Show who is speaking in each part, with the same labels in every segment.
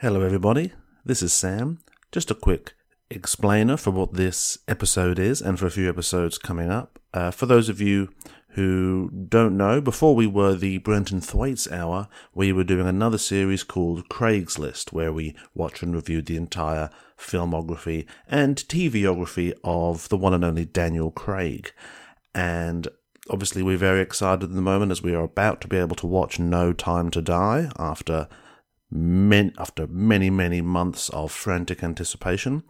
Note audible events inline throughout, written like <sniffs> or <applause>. Speaker 1: Hello, everybody. This is Sam. Just a quick explainer for what this episode is and for a few episodes coming up. Uh, for those of you who don't know, before we were the Brenton Thwaites Hour, we were doing another series called Craigslist, where we watched and reviewed the entire filmography and TVography of the one and only Daniel Craig. And obviously, we're very excited at the moment as we are about to be able to watch No Time to Die after men- after many, many months of frantic anticipation.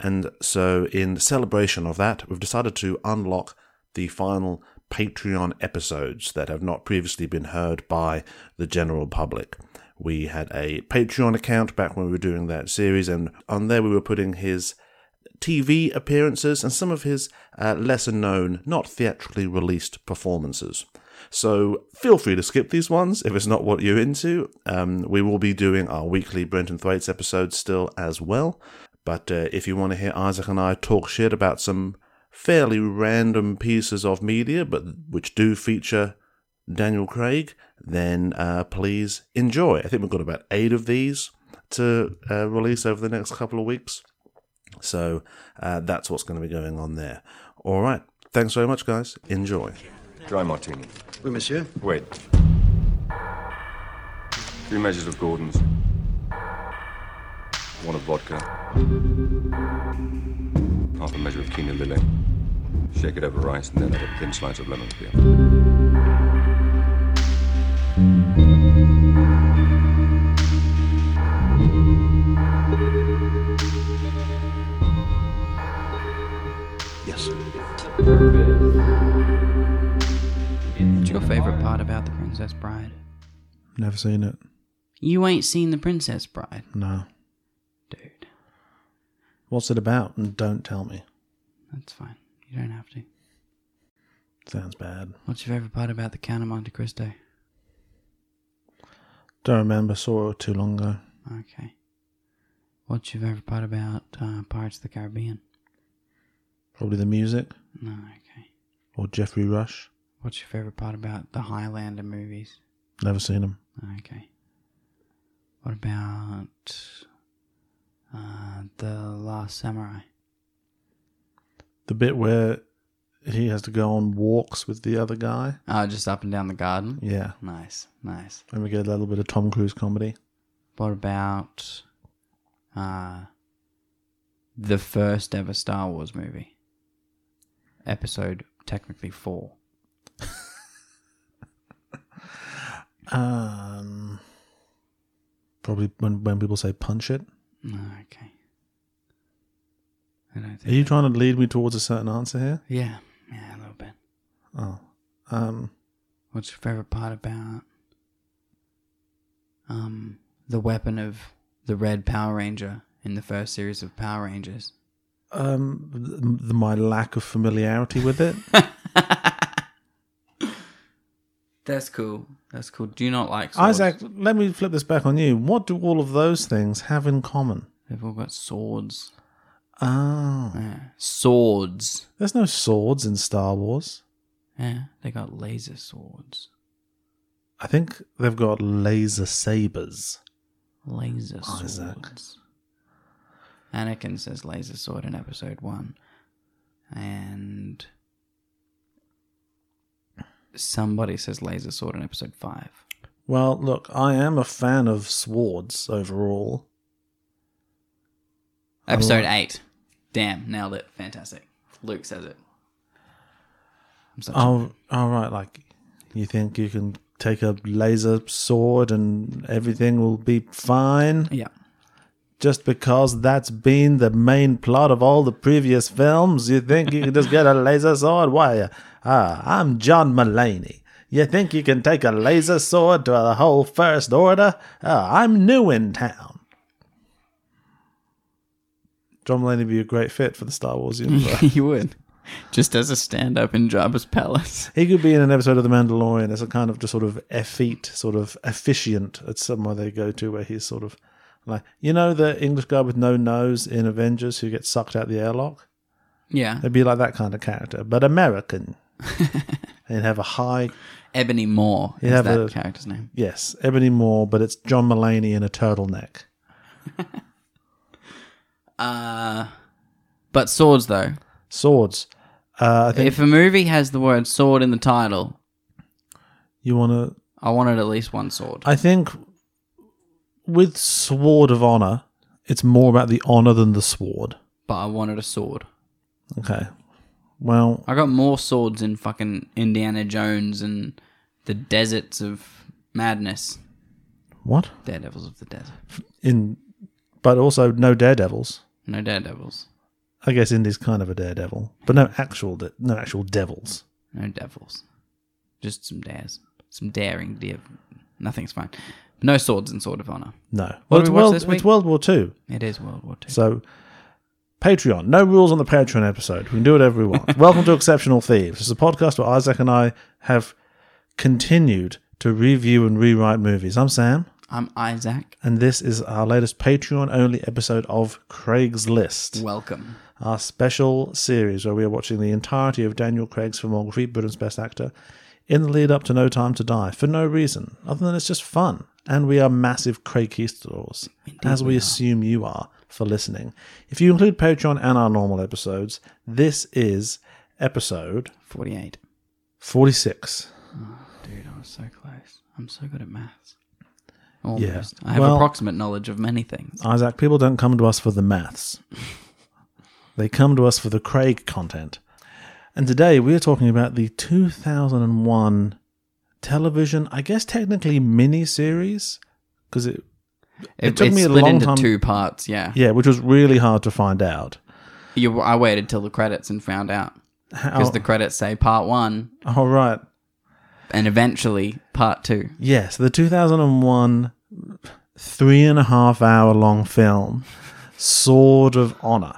Speaker 1: And so, in celebration of that, we've decided to unlock the final Patreon episodes that have not previously been heard by the general public. We had a Patreon account back when we were doing that series, and on there we were putting his TV appearances and some of his uh, lesser known, not theatrically released performances. So feel free to skip these ones if it's not what you're into. Um, we will be doing our weekly Brenton Thwaites episode still as well. But uh, if you want to hear Isaac and I talk shit about some fairly random pieces of media, but which do feature Daniel Craig, then uh, please enjoy. I think we've got about eight of these to uh, release over the next couple of weeks. So uh, that's what's going to be going on there. All right. Thanks very much, guys. Enjoy.
Speaker 2: Dry martini.
Speaker 3: Oui, monsieur.
Speaker 2: Wait. Three measures of Gordon's. One of vodka. Half a measure of quinoa lily. Shake it over rice and then add a thin slice of lemon peel.
Speaker 3: Yes.
Speaker 4: What's your favorite part about The Princess Bride?
Speaker 5: Never seen it.
Speaker 4: You ain't seen The Princess Bride,
Speaker 5: No.
Speaker 4: dude.
Speaker 5: What's it about? And don't tell me.
Speaker 4: That's fine. You don't have to.
Speaker 5: Sounds bad.
Speaker 4: What's your favorite part about The Count of Monte Cristo?
Speaker 5: Don't remember. Saw it too long ago.
Speaker 4: Okay. What's your favorite part about uh, Pirates of the Caribbean?
Speaker 5: Probably the music
Speaker 4: No, okay.
Speaker 5: or Jeffrey Rush.
Speaker 4: What's your favorite part about the Highlander movies?
Speaker 5: Never seen him.
Speaker 4: Okay. What about uh, The Last Samurai?
Speaker 5: The bit where he has to go on walks with the other guy.
Speaker 4: Oh, just up and down the garden?
Speaker 5: Yeah.
Speaker 4: Nice, nice.
Speaker 5: And we get a little bit of Tom Cruise comedy.
Speaker 4: What about uh the first ever Star Wars movie? Episode technically four.
Speaker 5: Um, probably when when people say punch it.
Speaker 4: Oh, Okay. I don't
Speaker 5: Are
Speaker 4: think.
Speaker 5: you trying to lead me towards a certain answer here?
Speaker 4: Yeah, yeah, a little bit.
Speaker 5: Oh. Um,
Speaker 4: What's your favorite part about um the weapon of the Red Power Ranger in the first series of Power Rangers?
Speaker 5: um, th- th- my lack of familiarity with it.
Speaker 4: <laughs> That's cool. That's cool. Do you not like swords?
Speaker 5: Isaac, let me flip this back on you. What do all of those things have in common?
Speaker 4: They've all got swords.
Speaker 5: Oh,
Speaker 4: Yeah. Swords.
Speaker 5: there's no swords in Star Wars.
Speaker 4: Yeah, they got laser swords.
Speaker 5: I think they've got laser sabers.
Speaker 4: Laser swords.
Speaker 5: Isaac.
Speaker 4: Anakin says laser sword in episode one. And somebody says laser sword in episode five.
Speaker 5: Well, look, I am a fan of swords overall. Oh,
Speaker 4: Episode eight. Damn, nailed it. Fantastic. Luke says it. I'm such a-
Speaker 5: Oh, all right. Like, you think you can take a laser sword and everything will be fine <laughs>
Speaker 4: yeah. <laughs>
Speaker 5: just because that's been the main plot of all the previous films? You think you can just get a laser sword? Why? Ah, I'm John Mulaney. You think you can take a laser sword to the whole First Order? Ah, I'm new in town. John Mulaney would be a great fit for the Star Wars universe.
Speaker 4: you would. Just as a stand up in Jabba's Palace. <laughs>
Speaker 5: He could be in an episode of The Mandalorian as a kind of just sort of effete, sort of efficient at somewhere they go to where he's sort of like, you know, the English guy with no nose in Avengers who gets sucked out the airlock?
Speaker 4: Yeah.
Speaker 5: It'd be like that kind of character, but American. and he'd have a high,
Speaker 4: Ebony Moore is
Speaker 5: have
Speaker 4: that
Speaker 5: a-
Speaker 4: character's name.
Speaker 5: yes, Ebony Moore, but it's John Mulaney in a turtleneck.
Speaker 4: But swords, though.
Speaker 5: Swords. Uh, I think
Speaker 4: If a movie has the word sword in the title,
Speaker 5: you want to.
Speaker 4: I wanted at least one sword.
Speaker 5: I think with Sword of Honor, it's more about the honor than the sword.
Speaker 4: But I wanted a sword.
Speaker 5: Okay. Well,
Speaker 4: I got more swords in fucking Indiana Jones and the deserts of madness.
Speaker 5: what
Speaker 4: Daredevils of the desert.
Speaker 5: in? But also no daredevils.
Speaker 4: No daredevils.
Speaker 5: I guess Indy's kind of a daredevil, but no actual de- no actual devils.
Speaker 4: No devils. Just some dares. Some daring dev. Nothing's fine. No swords in Sword of Honor.
Speaker 5: No.
Speaker 4: What did
Speaker 5: Well, it's
Speaker 4: we watch
Speaker 5: World
Speaker 4: this
Speaker 5: it's
Speaker 4: week?
Speaker 5: World War Two.
Speaker 4: It is World War Two.
Speaker 5: So Patreon. No rules on the Patreon episode. We can do whatever we want. Welcome to Exceptional Thieves. It's a podcast where Isaac and I have continued to review and rewrite movies. I'm Sam,
Speaker 4: I'm Isaac.
Speaker 5: and this is our latest Patreon only episode of Craig's List.
Speaker 4: Welcome.
Speaker 5: our special series where we are watching the entirety of Daniel Craig's filmography, Britain's Best Actor, in the lead up to No Time to Die for no reason other than it's just fun. And we are massive Craig Keisteros, as we assume you are for listening. If you include Patreon and our normal episodes, this is episode
Speaker 4: 48.
Speaker 5: 46.
Speaker 4: Dude, I was so close. I'm so good at maths. Almost.
Speaker 5: Yeah.
Speaker 4: I have
Speaker 5: Well-
Speaker 4: approximate knowledge of many things.
Speaker 5: Isaac, people don't come to us for the maths. they come to us for the Craig content. And today we are talking about the 2001 television, I guess technically mini series, because it,
Speaker 4: It,
Speaker 5: took
Speaker 4: it's
Speaker 5: me a
Speaker 4: split
Speaker 5: long
Speaker 4: into
Speaker 5: time-
Speaker 4: two parts, yeah.
Speaker 5: yeah, which was really hard to find out.
Speaker 4: You, I waited till the credits and found out.
Speaker 5: How,
Speaker 4: Because the credits say part one
Speaker 5: oh, right.
Speaker 4: and eventually part two.
Speaker 5: Yes, the 2001 three and a half hour long film, Sword of Honor,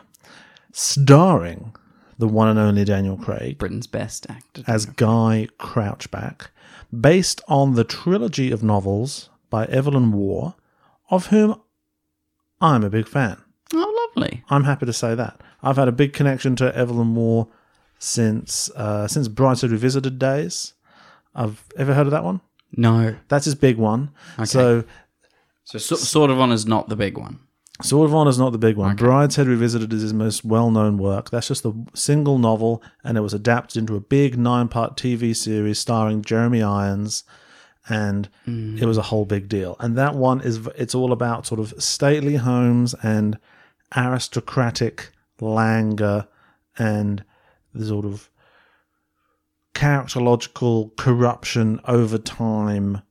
Speaker 5: starring the one and only Daniel Craig.
Speaker 4: Britain's best actor.
Speaker 5: as Guy Crouchback, based on the trilogy of novels by Evelyn Waugh, of whom I'm a big fan.
Speaker 4: oh, lovely.
Speaker 5: I'm happy to say that. I've had a big connection to Evelyn Waugh since uh, since Brightside Revisited days. I've ever heard of that one?
Speaker 4: No.
Speaker 5: That's his big one. So
Speaker 4: So, so Sword of Honor's not the big one.
Speaker 5: Sword of Honor's not the big one. Brideshead Revisited is his most well-known work. That's just the single novel, and it was adapted into a big nine-part TV series starring Jeremy Irons, and it was a whole big deal. And that one is v- it's all about sort of stately homes and aristocratic languor and the sort of characterological corruption over time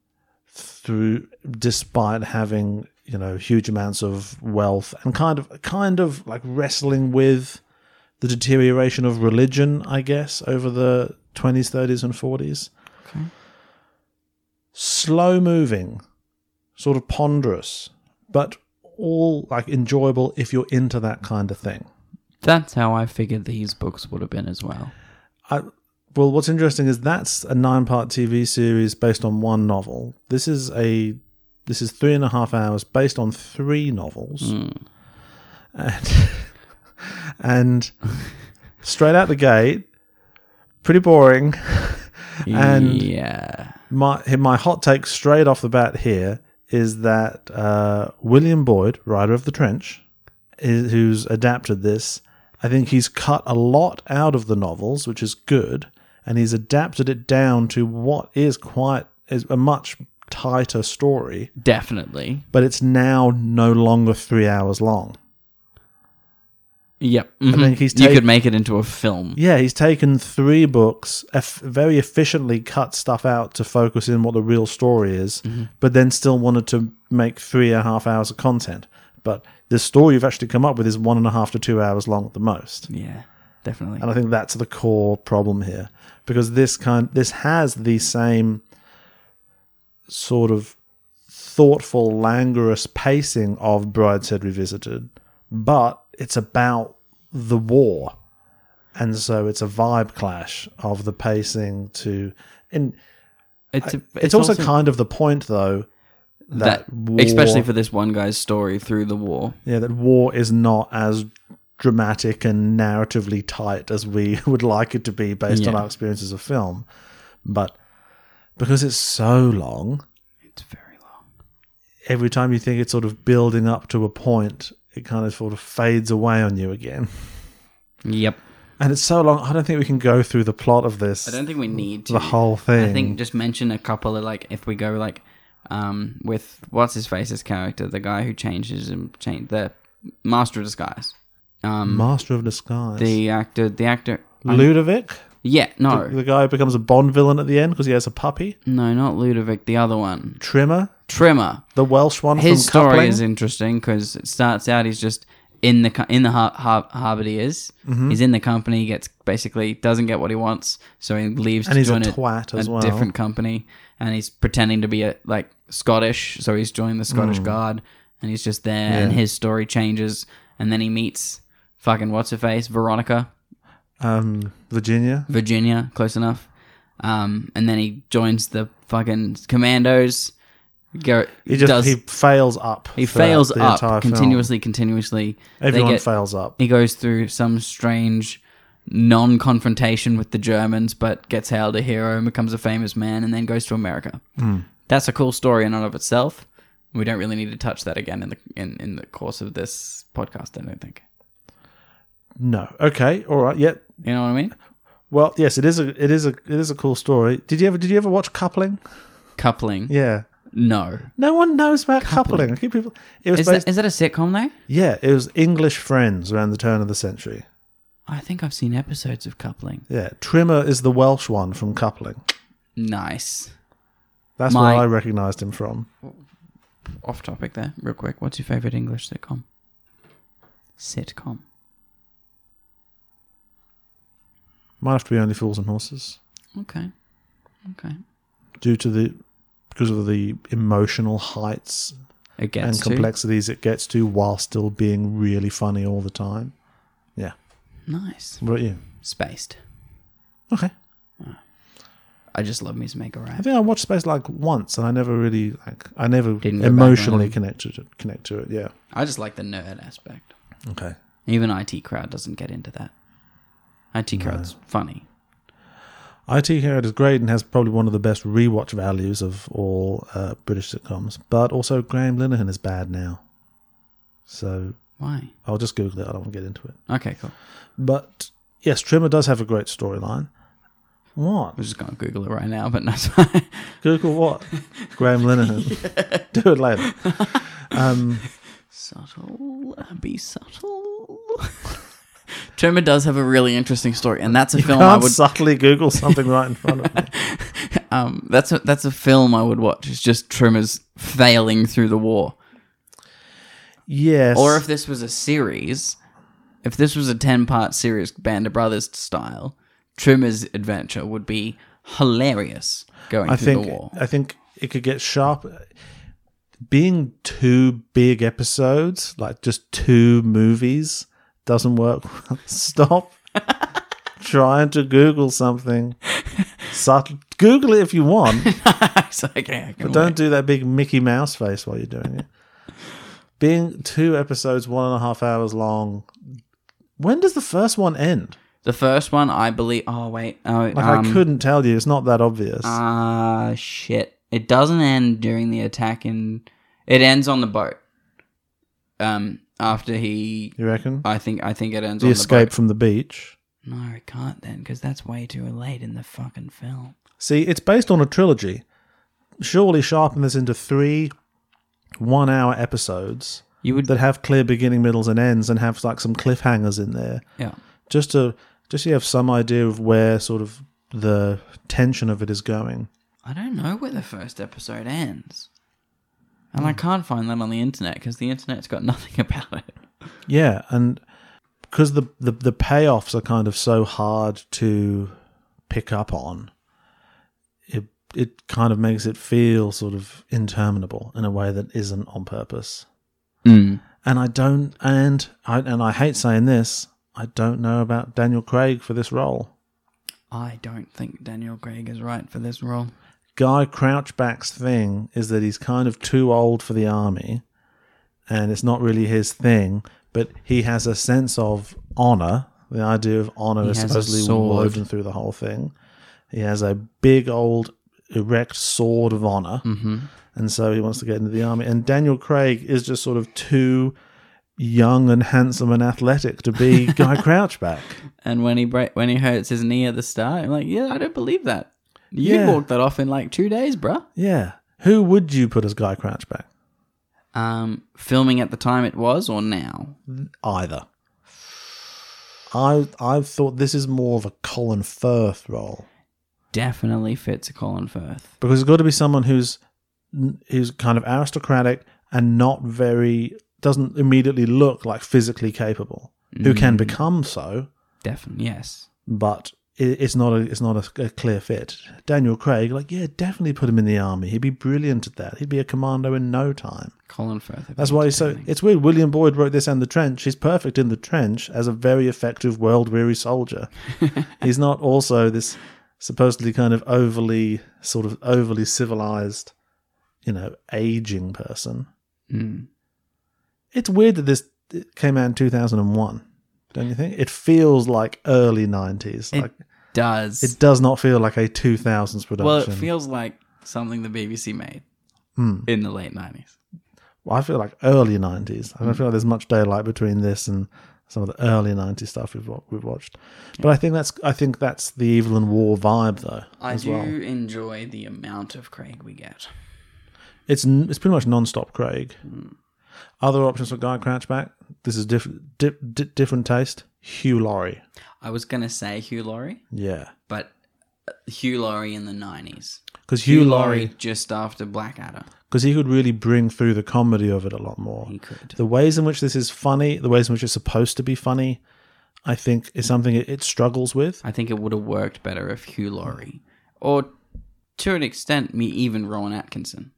Speaker 5: through despite having you know huge amounts of wealth and kind of kind of like wrestling with the deterioration of religion i guess over the 20s 30s and 40s slow moving sort of ponderous but all like enjoyable if you're into that kind of thing
Speaker 4: That's how I figured these books would have been as well.
Speaker 5: I, well, what's interesting is that's a nine-part TV series based on one novel. This is a this is three and a half hours based on three novels, <laughs> and, and straight out the gate, pretty boring. And-
Speaker 4: yeah.
Speaker 5: My my hot take straight off the bat here is that uh, William Boyd, writer of The Trench, is, who's adapted this, I think he's cut a lot out of the novels, which is good, and he's adapted it down to what is quite is a much tighter story,
Speaker 4: Definitely.
Speaker 5: but it's now no longer three hours long.
Speaker 4: Yep. Mm-hmm.
Speaker 5: I think he's
Speaker 4: you
Speaker 5: taken-
Speaker 4: could make it into a film.
Speaker 5: Yeah, he's taken three books, eff- very efficiently cut stuff out to focus in what the real story is, but then still wanted to make three and a half hours of content. But the story you've actually come up with is one and a half to two hours long at the most.
Speaker 4: Yeah, definitely.
Speaker 5: And I think that's the core problem here, because this kind this has the same sort of thoughtful, languorous pacing of Brideshead Revisited, but it's about the war, and so it's a vibe clash of the pacing to and
Speaker 4: It's, a-
Speaker 5: it's, also, kind of the point though that, war,
Speaker 4: especially for this one guy's story through the war.
Speaker 5: yeah that war is not as dramatic and narratively tight as we <laughs> would like it to be based on
Speaker 4: Yeah.
Speaker 5: our experiences of film but because it's so long
Speaker 4: It's very long.
Speaker 5: every time you think it's sort of building up to a point, it kind of sort of fades away on you again.
Speaker 4: Yep.
Speaker 5: And it's so long. I don't think we can go through the plot of this.
Speaker 4: I don't think we need to.
Speaker 5: the whole thing.
Speaker 4: I think just mention a couple of like if we go like um with what's his face's character, the guy who changes and change the master of disguise. Um
Speaker 5: Master of Disguise.
Speaker 4: the actor the actor
Speaker 5: Ludovic,
Speaker 4: Yeah, no.
Speaker 5: the guy who becomes a Bond villain at the end because he has a puppy.
Speaker 4: no, not Ludovic, the other one.
Speaker 5: Trimmer,
Speaker 4: Trimmer.
Speaker 5: the Welsh one
Speaker 4: His
Speaker 5: from
Speaker 4: story
Speaker 5: Coupling.
Speaker 4: is interesting because it starts out he's just in the co- in the har- har- harbor he is.
Speaker 5: Mm-hmm.
Speaker 4: He's in the company. He gets basically doesn't get what he wants, so he leaves
Speaker 5: And
Speaker 4: to
Speaker 5: he's a
Speaker 4: join
Speaker 5: twat as well.
Speaker 4: different company. And he's pretending to be a, like Scottish, so he's joined the Scottish
Speaker 5: Mm.
Speaker 4: Guard, and he's just there. And his story changes, and then he meets fucking what's her face Veronica
Speaker 5: um, Virginia.
Speaker 4: Virginia, close enough. Um, and then he joins the fucking commandos. Go,
Speaker 5: He just
Speaker 4: does
Speaker 5: he fails up.
Speaker 4: he
Speaker 5: throughout
Speaker 4: fails
Speaker 5: the
Speaker 4: up
Speaker 5: entire film.
Speaker 4: continuously, continuously. They
Speaker 5: Everyone
Speaker 4: get-
Speaker 5: fails up.
Speaker 4: He goes through some strange non-confrontation with the Germans, but gets hailed a hero and becomes a famous man, and then goes to America.
Speaker 5: Hmm.
Speaker 4: That's a cool story in and of itself. We don't really need to touch that again in the in, in the course of this podcast. I don't think.
Speaker 5: No. Okay. All right. Yep.
Speaker 4: You know what I mean?
Speaker 5: Well, yes, it is a it is a it is a cool story. Did you ever did you ever watch Coupling?
Speaker 4: Coupling.
Speaker 5: Yeah.
Speaker 4: No.
Speaker 5: No one knows about coupling. I keep people. It was
Speaker 4: Is
Speaker 5: based,
Speaker 4: that is that a sitcom though?
Speaker 5: yeah. It was English Friends around the turn of the century.
Speaker 4: I think I've seen episodes of Coupling.
Speaker 5: Yeah, Trimmer is the Welsh one from Coupling.
Speaker 4: Nice.
Speaker 5: That's
Speaker 4: My-
Speaker 5: where I recognised him from.
Speaker 4: Off topic there, real quick. What's your favorite English sitcom? Sitcom.
Speaker 5: Might have to be only fools and horses
Speaker 4: Okay. Okay.
Speaker 5: due to the because of the emotional heights
Speaker 4: It
Speaker 5: and
Speaker 4: gets to.
Speaker 5: complexities it gets to while still being really funny all the time. Yeah.
Speaker 4: Nice.
Speaker 5: What about you?
Speaker 4: Spaced.
Speaker 5: Okay.
Speaker 4: I just love me some make a
Speaker 5: I
Speaker 4: rap.
Speaker 5: think I watched Space like once, and I never really like I never
Speaker 4: Didn't go back
Speaker 5: emotionally
Speaker 4: on.
Speaker 5: connected to, connect to it. Yeah.
Speaker 4: I just like the nerd aspect.
Speaker 5: Okay.
Speaker 4: Even IT crowd doesn't get into that. IT crowd's funny.
Speaker 5: IT Hero is great and has probably one of the best rewatch values of all uh, British sitcoms. But also, Graham Linehan is bad now. So
Speaker 4: Why?
Speaker 5: I'll just Google it. I don't want to get into it.
Speaker 4: Okay, cool.
Speaker 5: But yes, Trimmer does have a great storyline. What?
Speaker 4: I'm just gonna Google it right now, but no. <laughs> sorry.
Speaker 5: Google <laughs> what? Graham Linehan. <laughs> Do it later. <laughs> Um,
Speaker 4: subtle. Be <laughs> subtle. Trimmer does have a really interesting story, and that's a film I
Speaker 5: can't
Speaker 4: would
Speaker 5: subtly Google something right in front of me.
Speaker 4: Um, that's a that's a film I would watch. It's just Trimmer's failing through the war.
Speaker 5: <laughs> Yes.
Speaker 4: Or if this was a series, if this was a ten part series, Band of Brothers style, Trimmer's adventure would be hilarious going
Speaker 5: I
Speaker 4: through
Speaker 5: think
Speaker 4: the
Speaker 5: <laughs>
Speaker 4: war.
Speaker 5: I think it could get sharp. Being two big episodes, like just two movies, doesn't work. <laughs> Stop <laughs> trying to Google something. Subtle. Google it if you want,
Speaker 4: It's like, yeah, I can
Speaker 5: but don't do that big Mickey Mouse face while you're doing it.
Speaker 4: <laughs>
Speaker 5: Being two episodes, one and a half hours long. When does the first one end?
Speaker 4: wait. The first one, I believe. Oh wait, oh
Speaker 5: Like
Speaker 4: um,
Speaker 5: I couldn't tell you. It's not that obvious.
Speaker 4: Ah, shit. It doesn't end during the attack, and it ends on the boat. Um, after he,
Speaker 5: you reckon?
Speaker 4: I think, I think it ends
Speaker 5: the
Speaker 4: on the boat.
Speaker 5: escape from the beach.
Speaker 4: No, it can't then, because that's way too late in the fucking film.
Speaker 5: See, it's based on a trilogy. Surely sharpen this into three one hour episodes
Speaker 4: You would,
Speaker 5: that have clear beginning, middles, and ends and have like some cliffhangers in there.
Speaker 4: yeah,
Speaker 5: Just to just so you have some idea of where sort of the tension of it is going.
Speaker 4: I don't know where the first episode ends, and
Speaker 5: Hmm.
Speaker 4: I can't find that on the internet because the internet's got <laughs> nothing about it.
Speaker 5: Yeah, and because the, the the payoffs are kind of so hard to pick up on, it it kind of makes it feel sort of interminable in a way that isn't on purpose. And I don't, and I and I hate saying this, I don't know about Daniel Craig for this role.
Speaker 4: I don't think Daniel Craig is right for this role.
Speaker 5: Guy Crouchback's thing is that he's kind of too old for the army and it's not really his thing, but he has a sense of honor. The idea of honor is
Speaker 4: has a
Speaker 5: supposedly
Speaker 4: sword.
Speaker 5: woven through the whole thing. He has a big old erect sword of honor. Mm-hmm. And so he wants to get into the army. And Daniel Craig is just sort of too young and handsome and athletic
Speaker 4: <laughs>
Speaker 5: to be Guy Crouchback.
Speaker 4: And when he break, when he hurts his knee at the start, I'm like, yeah, I don't believe that. You
Speaker 5: Yeah.
Speaker 4: walked that off in like two days, bruh.
Speaker 5: Yeah. Who would you put as Guy Crouchback?
Speaker 4: Um, filming at the time it was or now?
Speaker 5: Either. I I thought this is more of a Colin Firth role
Speaker 4: Definitely fits a Colin Firth.
Speaker 5: because it's got to be someone who's who's kind of aristocratic and not very doesn't immediately look like physically capable, who can become so,
Speaker 4: Definitely, yes.
Speaker 5: but it, it's not a it's not a, a clear fit. Daniel Craig, like yeah, definitely put him in the army. He'd be brilliant at that. He'd be a commando in no time.
Speaker 4: Colin Firth. would
Speaker 5: That's
Speaker 4: be
Speaker 5: why he's so.
Speaker 4: entertaining.
Speaker 5: It's weird. William Boyd wrote this and the trench. He's perfect in the trench as a very effective, world
Speaker 4: <laughs>
Speaker 5: weary soldier. he's not also this supposedly kind of overly, sort of overly civilized, you know, aging person.
Speaker 4: Mm.
Speaker 5: It's weird that this came out in 2001, don't you think? It feels like early 90s.
Speaker 4: It
Speaker 5: like,
Speaker 4: does.
Speaker 5: it does not feel like a 2000s production. Hmm.
Speaker 4: well, it feels like something the BBC made in the late 90s.
Speaker 5: Well, I feel like early '90s. I don't feel like there's much daylight between this and some of the early '90s stuff we've wa- we've watched. But I think that's I think that's the Evil and War vibe though.
Speaker 4: I
Speaker 5: as
Speaker 4: do
Speaker 5: well.
Speaker 4: enjoy the amount of Craig we get.
Speaker 5: It's n- it's pretty much non-stop Craig.
Speaker 4: Mm.
Speaker 5: Other options for Guy Crouchback. This is different di- di- different taste. Hugh Laurie.
Speaker 4: I was going to say Hugh Laurie,
Speaker 5: Yeah,
Speaker 4: but uh, Hugh Laurie in the 90s.
Speaker 5: because
Speaker 4: Hugh
Speaker 5: Hugh Laurie
Speaker 4: Laurie just after Blackadder.
Speaker 5: because he could really bring through the comedy of it a lot more.
Speaker 4: He could.
Speaker 5: The ways in which this is funny, the ways in which it's supposed to be funny, I think is something it, it struggles with.
Speaker 4: I think it would have worked better if Hugh Laurie, or to an extent, me even Rowan Atkinson.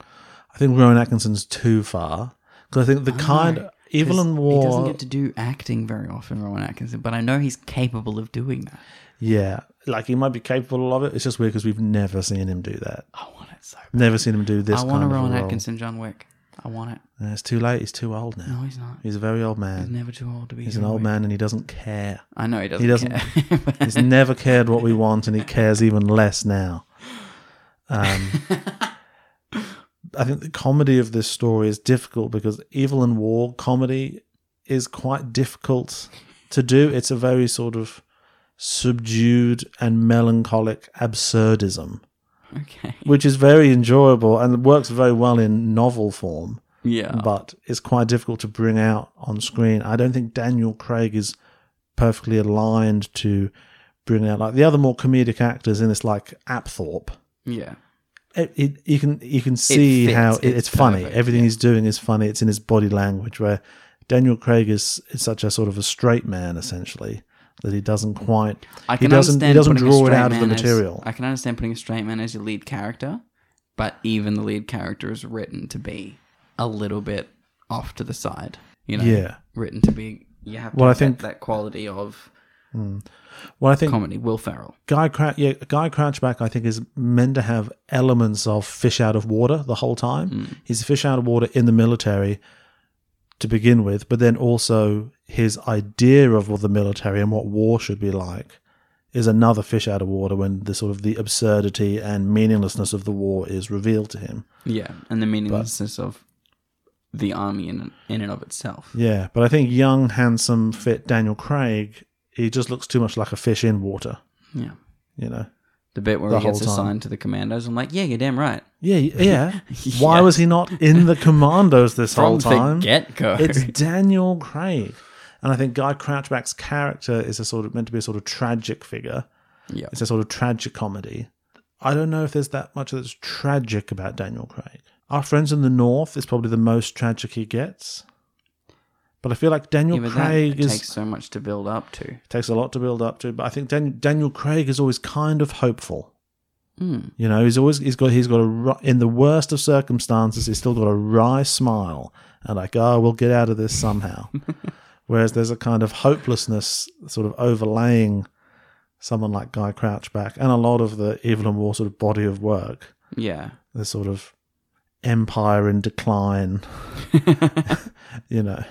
Speaker 5: I think Rowan Atkinson's too far because I think the kind Evil
Speaker 4: 'Cause
Speaker 5: and
Speaker 4: Oh, He doesn't
Speaker 5: War,
Speaker 4: get to do acting very often, Rowan Atkinson, but I know he's capable of doing that.
Speaker 5: yeah, like he might be capable of it. It's just weird because we've never seen him do that.
Speaker 4: Oh, I want it so.
Speaker 5: Never seen him do this.
Speaker 4: I want a
Speaker 5: kind of
Speaker 4: Rowan
Speaker 5: role.
Speaker 4: Atkinson, John Wick. I want it.
Speaker 5: Yeah, it's too late. He's too old now.
Speaker 4: No, he's not.
Speaker 5: He's a very old
Speaker 4: He's
Speaker 5: man.
Speaker 4: never too old to be.
Speaker 5: He's an
Speaker 4: John
Speaker 5: old
Speaker 4: Wick.
Speaker 5: man and he doesn't care.
Speaker 4: I know he doesn't.
Speaker 5: He doesn't-
Speaker 4: Care. but
Speaker 5: <laughs> He's never cared what we want, and he cares even less now. Um, I think the comedy of this story is difficult because Evil and War comedy is quite difficult to do. It's a very sort of subdued and melancholic absurdism,
Speaker 4: okay.
Speaker 5: which is very enjoyable and works very well in novel form,
Speaker 4: Yeah.
Speaker 5: but it's quite difficult to bring out on screen. I don't think Daniel Craig is perfectly aligned to bring out like the other more comedic actors in this like Apthorpe.
Speaker 4: yeah.
Speaker 5: It, it, you can you can see
Speaker 4: fits.
Speaker 5: how it, it's,
Speaker 4: It's
Speaker 5: funny.
Speaker 4: perfect,
Speaker 5: Everything he's doing is funny. It's in his body language. Where Daniel Craig is, is such a sort of a straight man essentially that he doesn't quite.
Speaker 4: I
Speaker 5: he
Speaker 4: can
Speaker 5: doesn't
Speaker 4: understand
Speaker 5: he doesn't
Speaker 4: putting a
Speaker 5: draw it
Speaker 4: straight
Speaker 5: out of the
Speaker 4: man as-
Speaker 5: material.
Speaker 4: I can understand putting a straight man as your lead character, but even the lead character is written to be a little bit off to the side. You know,
Speaker 5: Yeah.
Speaker 4: written to be. You have to
Speaker 5: Well, I
Speaker 4: have that-
Speaker 5: think-
Speaker 4: that quality of
Speaker 5: well, I think
Speaker 4: comedy. Will Ferrell.
Speaker 5: Guy Crouch, yeah, Guy Crouchback, I think is meant to have elements of fish out of water the whole time. He's a fish out of water in the military to begin with, but then also his idea of what the military and what war should be like is another fish out of water when the sort of the absurdity and meaninglessness of the war is revealed to him.
Speaker 4: Yeah, and the meaninglessness of the army in in and of itself.
Speaker 5: Yeah, but I think young, handsome, fit Daniel Craig, he just looks too much like a fish in water,
Speaker 4: Yeah.
Speaker 5: you know.
Speaker 4: The bit where
Speaker 5: The
Speaker 4: he gets
Speaker 5: whole time.
Speaker 4: assigned to the commandos, I'm like, yeah, you're damn right. <laughs>
Speaker 5: Yeah, y- yeah. Why was he not in the commandos this whole
Speaker 4: From
Speaker 5: time?
Speaker 4: the get go.
Speaker 5: It's Daniel Craig. And I think Guy Crouchback's character is a sort of meant to be a sort of tragic figure.
Speaker 4: <laughs> Yeah.
Speaker 5: It's a sort of tragic comedy. I don't know if there's that much that's tragic about Daniel Craig. Our Friends in the North is probably the most tragic he gets. But I feel like Daniel
Speaker 4: Yeah, but that
Speaker 5: Craig is
Speaker 4: takes so much to build up to.
Speaker 5: takes a lot to build up to. But I think Dan- Daniel Craig is always kind of hopeful. You know, he's always he's got he's got a ri- in the worst of circumstances he's still got a wry smile and like oh we'll get out of this somehow. Whereas there's a kind of hopelessness sort of overlaying someone like Guy Crouchback and a lot of the Evil and War sort of body of work.
Speaker 4: Yeah.
Speaker 5: The sort of empire in decline. you know,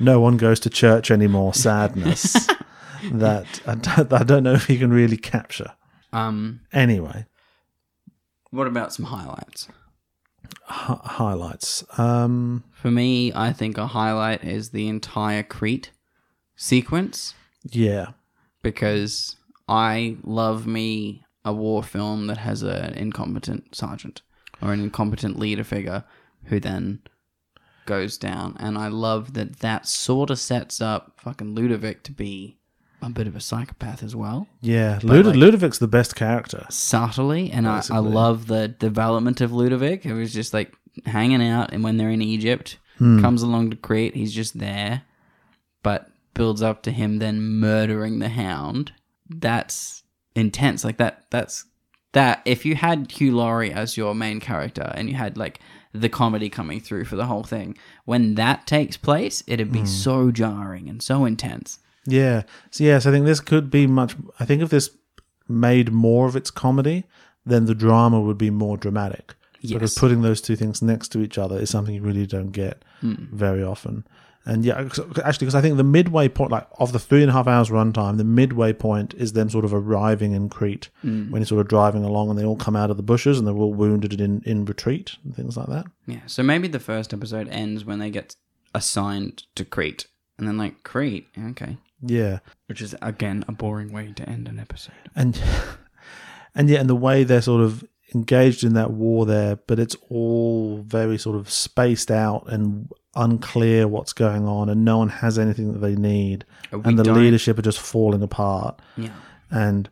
Speaker 5: no one goes to church anymore. Sadness that I don't, I don't know if he can really capture.
Speaker 4: Um.
Speaker 5: Anyway,
Speaker 4: What about some highlights?
Speaker 5: Hi- highlights. Um,
Speaker 4: For me, I think a highlight is the entire Crete sequence
Speaker 5: yeah,
Speaker 4: because I love me a war film that has an incompetent sergeant or an incompetent leader figure who then goes down. And I love that that sort of sets up fucking Ludovic to be a bit of a psychopath as well.
Speaker 5: yeah. Lud- Ludovic's the best character.
Speaker 4: subtly and I, I love the development of Ludovic who was just like hanging out and when they're in Egypt comes along to Crete he's just there but builds up to him then murdering the hound that's intense like that that's that if you had Hugh Laurie as your main character and you had like the comedy coming through for the whole thing when that takes place it'd be so jarring and so intense
Speaker 5: Yeah. So yes, I think this could be much. I think if this made more of its comedy, then the drama would be more dramatic. Because
Speaker 4: Yes.
Speaker 5: putting those two things next to each other is something you really don't get very often. And yeah, 'cause- actually, because I think the midway point, like of the three and a half hours runtime, the midway point is them sort of arriving in Crete when you're sort of driving along, and they all come out of the bushes and they're all wounded in in retreat and things like that.
Speaker 4: Yeah, so maybe the first episode ends when they get assigned to Crete, and then like Crete, okay,
Speaker 5: Yeah.
Speaker 4: which is again a boring way to end an episode.
Speaker 5: and and yeah, and the way they're sort of engaged in that war there, but it's all very sort of spaced out and unclear what's going on, and no one has anything that they need,
Speaker 4: Oh, we
Speaker 5: and the
Speaker 4: don't-
Speaker 5: leadership are just falling apart,
Speaker 4: Yeah,
Speaker 5: and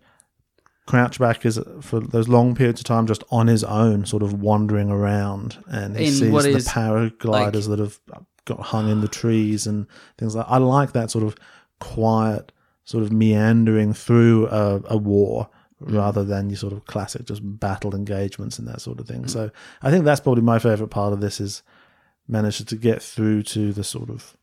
Speaker 5: Crouchback is for those long periods of time just on his own, sort of wandering around, and he
Speaker 4: In
Speaker 5: sees
Speaker 4: what
Speaker 5: the
Speaker 4: is,
Speaker 5: paragliders that have got hung in the trees and things like. I like that sort of quiet, sort of meandering through a, a war
Speaker 4: Mm.
Speaker 5: rather than your sort of classic just battle engagements and that sort of
Speaker 4: Mm.
Speaker 5: thing. So I think that's probably my favorite part of this is managed to get through to the sort of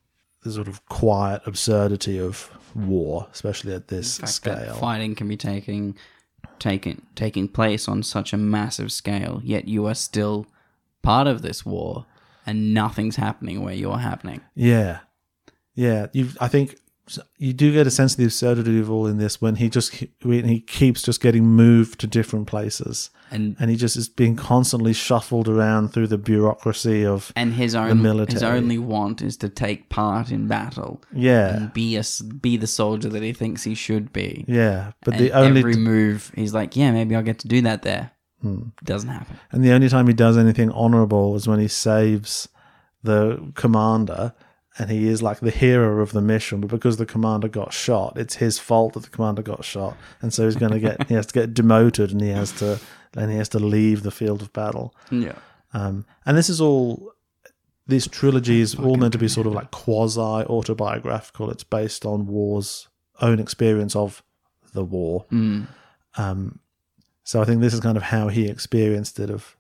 Speaker 5: the sort of quiet absurdity of war, especially at this
Speaker 4: the fact that
Speaker 5: scale.
Speaker 4: fighting can be taking taking taking place on such a massive scale, yet you are still part of this war, and nothing's happening where you're happening.
Speaker 5: Yeah, yeah. You, I think s- you do get a sense of the absurdity of all in this when he just ke- when he keeps just getting moved to different places,
Speaker 4: And-
Speaker 5: and he just is being constantly shuffled around through the bureaucracy of
Speaker 4: And his own his
Speaker 5: military.
Speaker 4: only want is to take part in battle.
Speaker 5: Yeah.
Speaker 4: and be a s- be the soldier that he thinks he should be.
Speaker 5: yeah. But
Speaker 4: and
Speaker 5: the only
Speaker 4: every move, he's like, "Yeah, maybe I'll get to do that there."
Speaker 5: Hmm.
Speaker 4: Doesn't happen.
Speaker 5: and the only time he does anything honorable is when he saves the commander. And he is like the hero of the mission, but because the commander got shot, it's his fault that the commander got shot, and so he's going to get he has to get demoted, and he has to and he has to leave the field of battle.
Speaker 4: Yeah,
Speaker 5: Um, and this is all. This trilogy is all meant to be sort of like quasi autobiographical. It's based on war's own experience of the war. Um, so I think this is kind of how he experienced it of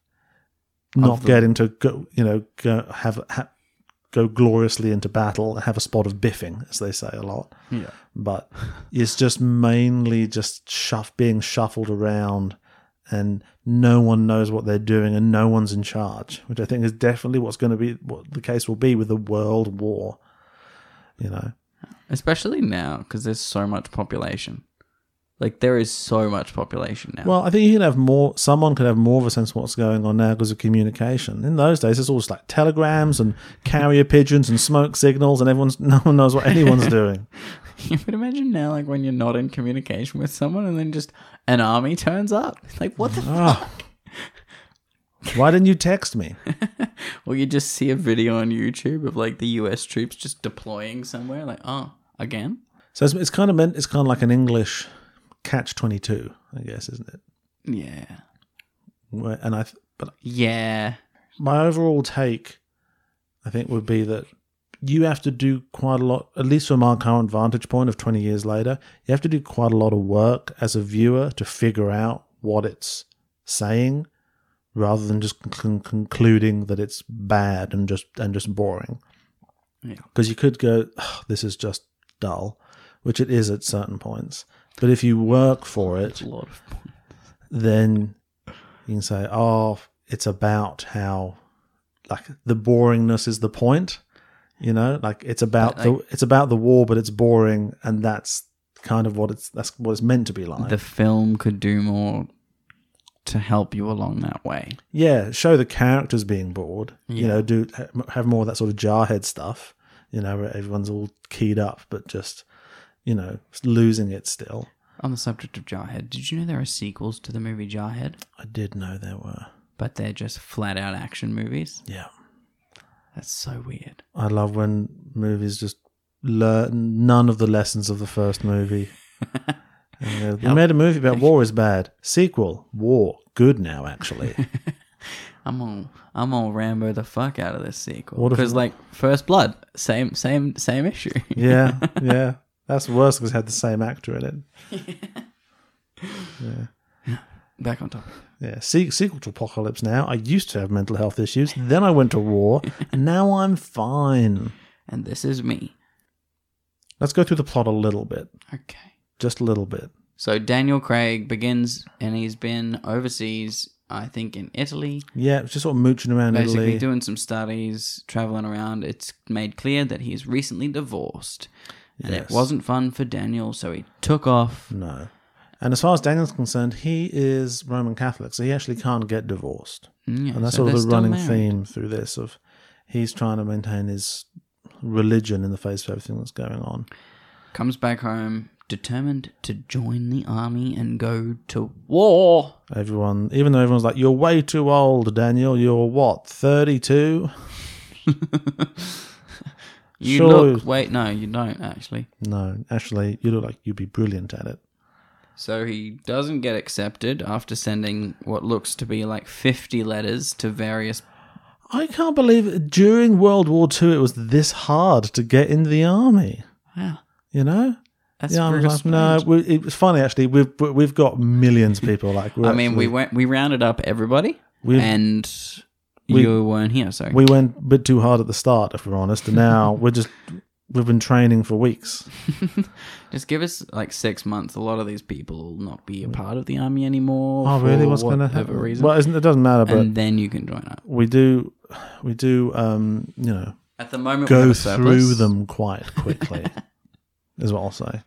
Speaker 5: not getting to go, you know, go, have ha, go gloriously into battle and have a spot of biffing, as they say a lot.
Speaker 4: Yeah.
Speaker 5: But it's just mainly just shuff, being shuffled around and no one knows what they're doing and no one's in charge, which I think is definitely what's going to be what the case will be with the world war. You know,
Speaker 4: especially now because there's so much population. Like there is so much population <laughs> now.
Speaker 5: well, I think you can have more. Someone could have more of a sense of what's going on now because of communication. In those days, it's all just like telegrams and carrier pigeons and smoke signals, and everyone's <laughs> no one knows what anyone's doing.
Speaker 4: but imagine now, like when you're not in communication with someone, and then just an army turns up. Like what the? f
Speaker 5: Oh. Why didn't you text me?
Speaker 4: Or you just see a video on YouTube of like the U.S. troops just deploying somewhere. Like oh, again?
Speaker 5: So it's, it's kind of meant. It's kind of like an English catch twenty two, I guess, isn't it?
Speaker 4: Yeah,
Speaker 5: Where- And I, th- but
Speaker 4: yeah.
Speaker 5: my overall take, I think, would be that you have to do quite a lot, at least from our current vantage point of 20 years later, you have to do quite a lot of work as a viewer to figure out what it's saying rather than just con- concluding that it's bad and just and just boring.
Speaker 4: Yeah.
Speaker 5: Because you could go, "Ugh, this is just dull, which it is at certain points. But if you work for it,
Speaker 4: A lot of
Speaker 5: then you can say, oh, it's about how like the boringness is the point. You know, like it's about
Speaker 4: But,
Speaker 5: the it's about the war, but it's boring, and that's kind of what it's that's what it's meant to be like.
Speaker 4: the film could do more to help you along that way.
Speaker 5: yeah, show the characters being bored. You know, do ha- have more of that sort of jarhead stuff. You know, where everyone's all keyed up, but just you know losing it still.
Speaker 4: On the subject of Jarhead, did you know there are sequels to the movie Jarhead,
Speaker 5: I did know there were.
Speaker 4: but they're just flat out action movies?
Speaker 5: Yeah,
Speaker 4: That's so weird.
Speaker 5: I love when movies just learn none of the lessons of the first movie. And they're- we made a movie about war is bad. Sequel, war good now actually.
Speaker 4: I'm all I'm all Rambo the fuck out of this sequel
Speaker 5: What if-
Speaker 4: because like First Blood, same same same issue.
Speaker 5: <laughs> yeah, yeah, that's worse because it had the same actor in it.
Speaker 4: <laughs> Back on topic.
Speaker 5: Yeah, se- sequel to Apocalypse Now. I used to have mental health issues, then I went to war, and now I'm fine.
Speaker 4: And this is me.
Speaker 5: Let's go through the plot a little bit,
Speaker 4: Okay.
Speaker 5: just a little bit.
Speaker 4: So Daniel Craig begins, and he's been overseas. I think in Italy,
Speaker 5: Yeah, it's just sort of mooching around
Speaker 4: basically
Speaker 5: Italy.
Speaker 4: doing some studies, traveling around. It's made clear that he is recently divorced, and
Speaker 5: Yes.
Speaker 4: it wasn't fun for Daniel, so he took off.
Speaker 5: no. And as far as Daniel's concerned, he is Roman Catholic, so he actually can't get divorced.
Speaker 4: Yeah,
Speaker 5: and that's
Speaker 4: so
Speaker 5: sort
Speaker 4: they're
Speaker 5: of the
Speaker 4: still
Speaker 5: running
Speaker 4: married.
Speaker 5: theme through this of he's trying to maintain his religion in the face of everything that's going on.
Speaker 4: Comes back home, determined to join the army and go to war.
Speaker 5: Everyone, even though everyone's like, "You're way too old, Daniel. You're what, thirty-two?
Speaker 4: You
Speaker 5: Sure.
Speaker 4: look. Wait, no, you don't actually.
Speaker 5: No, actually, you look like you'd be brilliant at it.
Speaker 4: So he doesn't get accepted after sending what looks to be like 50 letters to various.
Speaker 5: I can't believe it. during World War II it was this hard to get into the army.
Speaker 4: Wow.
Speaker 5: You know,
Speaker 4: That's
Speaker 5: yeah, I was
Speaker 4: very
Speaker 5: like, no,
Speaker 4: strange.
Speaker 5: we, it was funny actually. We've we've got millions of people. Like, we're
Speaker 4: I mean, we
Speaker 5: actually-
Speaker 4: went, we rounded up everybody,
Speaker 5: We've-
Speaker 4: and
Speaker 5: we-
Speaker 4: you weren't here. So
Speaker 5: we went a bit too hard at the start, if we're honest.
Speaker 4: <laughs>
Speaker 5: And now we're just we've been training for weeks.
Speaker 4: just give us like six months. A lot of these people will not be a part of the army anymore.
Speaker 5: Mm. Oh,
Speaker 4: for
Speaker 5: really? What's going to
Speaker 4: whatever
Speaker 5: happen?
Speaker 4: Reason.
Speaker 5: Well, isn't, it doesn't matter. But
Speaker 4: and then you can join up.
Speaker 5: we do, we do, um, you know,
Speaker 4: At the moment, we have
Speaker 5: go
Speaker 4: a surplus,
Speaker 5: through them quite
Speaker 4: <laughs>
Speaker 5: quickly, is what I'll say.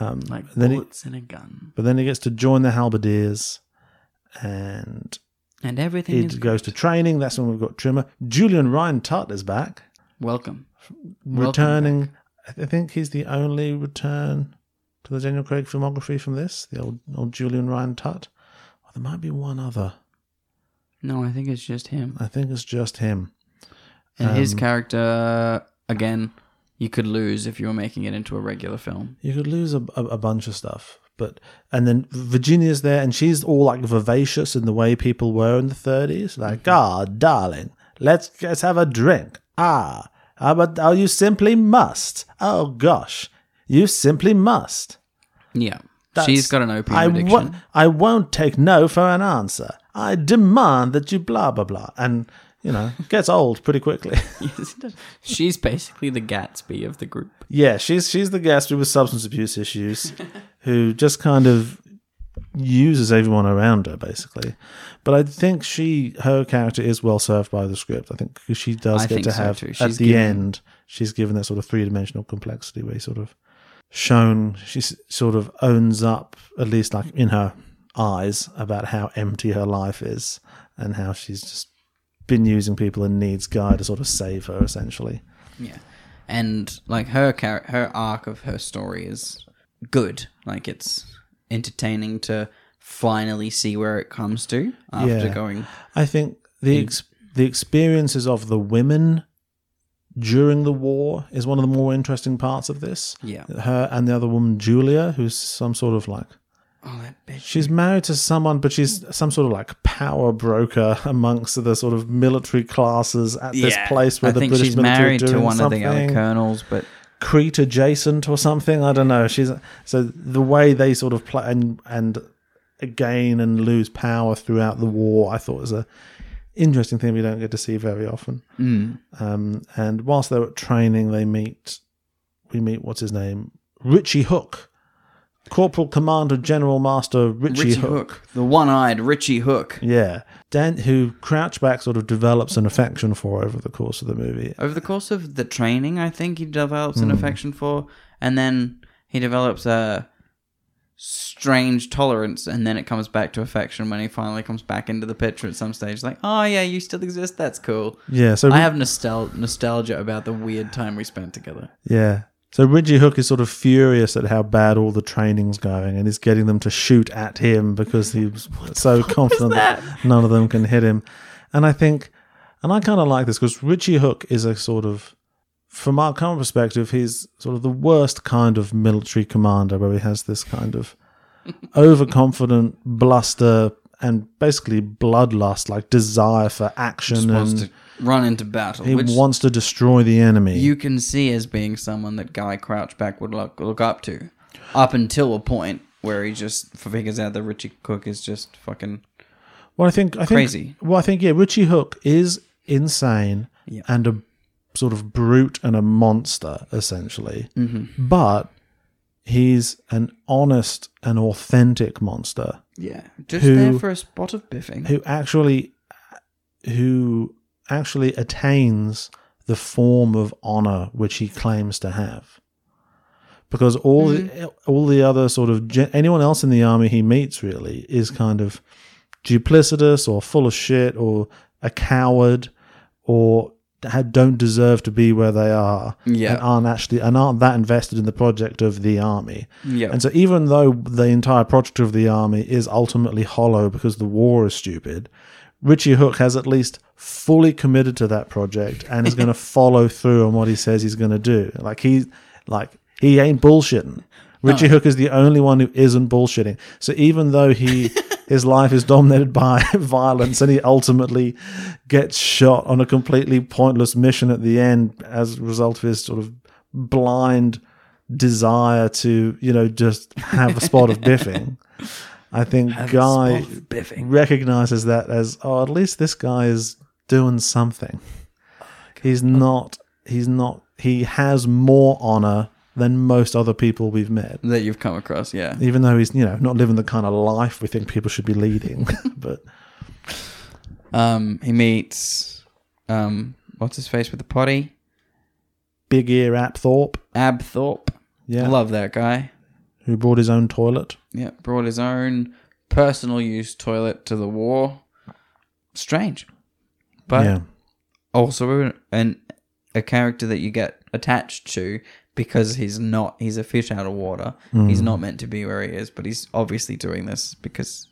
Speaker 5: Um,
Speaker 4: like
Speaker 5: then he-
Speaker 4: bullets in a gun,
Speaker 5: But then he gets to join the halberdiers, and
Speaker 4: and everything
Speaker 5: he
Speaker 4: is
Speaker 5: goes to training. That's when we've got Trimmer. Julian Ryan Tutt is back,
Speaker 4: welcome. Welcome
Speaker 5: returning. I th- I think he's the only return to the Daniel Craig filmography from this. The old old Julian Ryan Tutt. Well, there might be one other.
Speaker 4: No, I think it's just him.
Speaker 5: I think it's just him.
Speaker 4: And
Speaker 5: Um,
Speaker 4: his character, again, you could lose if you were making it into a regular film.
Speaker 5: You could lose a, a, a bunch of stuff, but and then Virginia's there, and she's all like vivacious in the way people were in the thirties. Like, ah, darling, let's let's have a drink. Ah, ah, but oh, you simply must. Oh gosh, you simply must.
Speaker 4: Yeah.
Speaker 5: That's-
Speaker 4: She's got an opium
Speaker 5: I
Speaker 4: addiction. <laughs>
Speaker 5: won't. I won't take no for an answer. I demand that you blah blah blah, and you know gets old pretty quickly. <laughs>
Speaker 4: She's basically the Gatsby of the group.
Speaker 5: Yeah, she's she's the Gatsby with substance abuse issues,
Speaker 4: <laughs>
Speaker 5: who just kind of uses everyone around her basically. But I think she her character is well served by the script. I think 'cause she does
Speaker 4: I
Speaker 5: get
Speaker 4: think
Speaker 5: to
Speaker 4: so
Speaker 5: have
Speaker 4: too.
Speaker 5: at
Speaker 4: She's
Speaker 5: the
Speaker 4: given-
Speaker 5: end she's given that sort of three dimensional complexity where she's sort of shown she s- sort of owns up at least like in her eyes about how empty her life is and how she's just been using people and needs guy to sort of save her essentially.
Speaker 4: Yeah. And like her char- her arc of her story is good. Like it's entertaining to finally see where it comes to after
Speaker 5: Yeah.
Speaker 4: going
Speaker 5: I think the ex- the experiences of the women during the war is one of the more interesting parts of this.
Speaker 4: Yeah.
Speaker 5: her and the other woman, Julia, who's some sort of like
Speaker 4: Oh that bitch.
Speaker 5: she's married to someone, but she's some sort of like power broker <laughs> amongst the sort of military classes at this place where
Speaker 4: I
Speaker 5: the
Speaker 4: think
Speaker 5: British
Speaker 4: she's
Speaker 5: military
Speaker 4: married
Speaker 5: are doing
Speaker 4: to one
Speaker 5: something.
Speaker 4: of the other colonels, but
Speaker 5: Crete adjacent or something. I don't know. She's so the way they sort of play and and gain and lose power throughout the war. I thought was a interesting thing we don't get to see very often.
Speaker 4: Mm.
Speaker 5: Um, and whilst they're at training, they meet we meet what's his name Richie Hook, Corporal Commander General Master Richie,
Speaker 4: Richie
Speaker 5: Hook.
Speaker 4: Hook. The one eyed Richie Hook.
Speaker 5: Yeah, Dan, who Crouchback sort of develops an affection for over the course of the movie.
Speaker 4: over the course of the
Speaker 5: Hmm.
Speaker 4: training, I think he develops an affection for, and then he develops a strange tolerance, and then it comes back to affection when he finally comes back into the picture at some stage. Like, oh yeah, you still exist. That's cool.
Speaker 5: Yeah, so
Speaker 4: I have nostal- nostalgia about the weird time we spent together.
Speaker 5: Yeah. So Ridgy Hook is sort of furious at how bad all the training's going and is getting them to shoot at him because he was so confident that? none of them can hit him. And I think, and I kind of like this because Ridgy Hook is a sort of, from our current perspective, he's sort of the worst kind of military commander where he has this
Speaker 4: <laughs>
Speaker 5: kind of overconfident bluster and basically bloodlust, like desire for action.
Speaker 4: Just wants
Speaker 5: and
Speaker 4: to run into battle.
Speaker 5: he
Speaker 4: which
Speaker 5: wants to destroy the enemy.
Speaker 4: you can see as being someone that Guy Crouchback would look, look up to, up until a point where he just figures out that Richie Cook is just fucking
Speaker 5: Well, I think I think,
Speaker 4: Crazy.
Speaker 5: Well, I think yeah, Richie Hook is insane
Speaker 4: Yeah.
Speaker 5: and a sort of brute and a monster essentially,
Speaker 4: Mm-hmm.
Speaker 5: but he's an honest and authentic monster
Speaker 4: yeah, just
Speaker 5: Who-
Speaker 4: there for a spot of biffing.
Speaker 5: who actually who actually attains the form of honor which he claims to have because all the,
Speaker 4: Mm-hmm.
Speaker 5: all the other sort of gen- anyone else in the army he meets really is kind of duplicitous or full of shit or a coward or ha- don't deserve to be where they are
Speaker 4: Yeah.
Speaker 5: and aren't actually and aren't that invested in the project of the army
Speaker 4: Yeah.
Speaker 5: and so even though the entire project of the army is ultimately hollow because the war is stupid, Richie Hook has at least fully committed to that project and is going to follow through on what he says he's going to do. Like he, like he ain't bullshitting. Richie Hook is the only one who isn't bullshitting. So even though he his life is dominated by <laughs> violence and he ultimately gets shot on a completely pointless mission at the end as a result of his sort of blind desire to, you know, just have a spot
Speaker 4: <laughs>
Speaker 5: of biffing. I think Guy
Speaker 4: biffing.
Speaker 5: recognizes that as, oh, at least this guy is doing something. He's
Speaker 4: Oh.
Speaker 5: not, he's not, he has more honor than most other people we've met.
Speaker 4: that you've come across, yeah.
Speaker 5: Even though he's, you know, not living the kind of life we think people should
Speaker 4: <laughs>
Speaker 5: be leading. but
Speaker 4: Um, he meets um, what's his face with the potty,
Speaker 5: Big Ear Apthorpe,
Speaker 4: Abthorpe.
Speaker 5: yeah,
Speaker 4: Love that guy.
Speaker 5: who brought his own toilet.
Speaker 4: Yeah, brought his own personal use toilet to the war. Strange, but
Speaker 5: yeah.
Speaker 4: also an, an a character that you get attached to because he's not he's a fish out of water. He's
Speaker 5: Hmm.
Speaker 4: not meant to be where he is, but he's obviously doing this because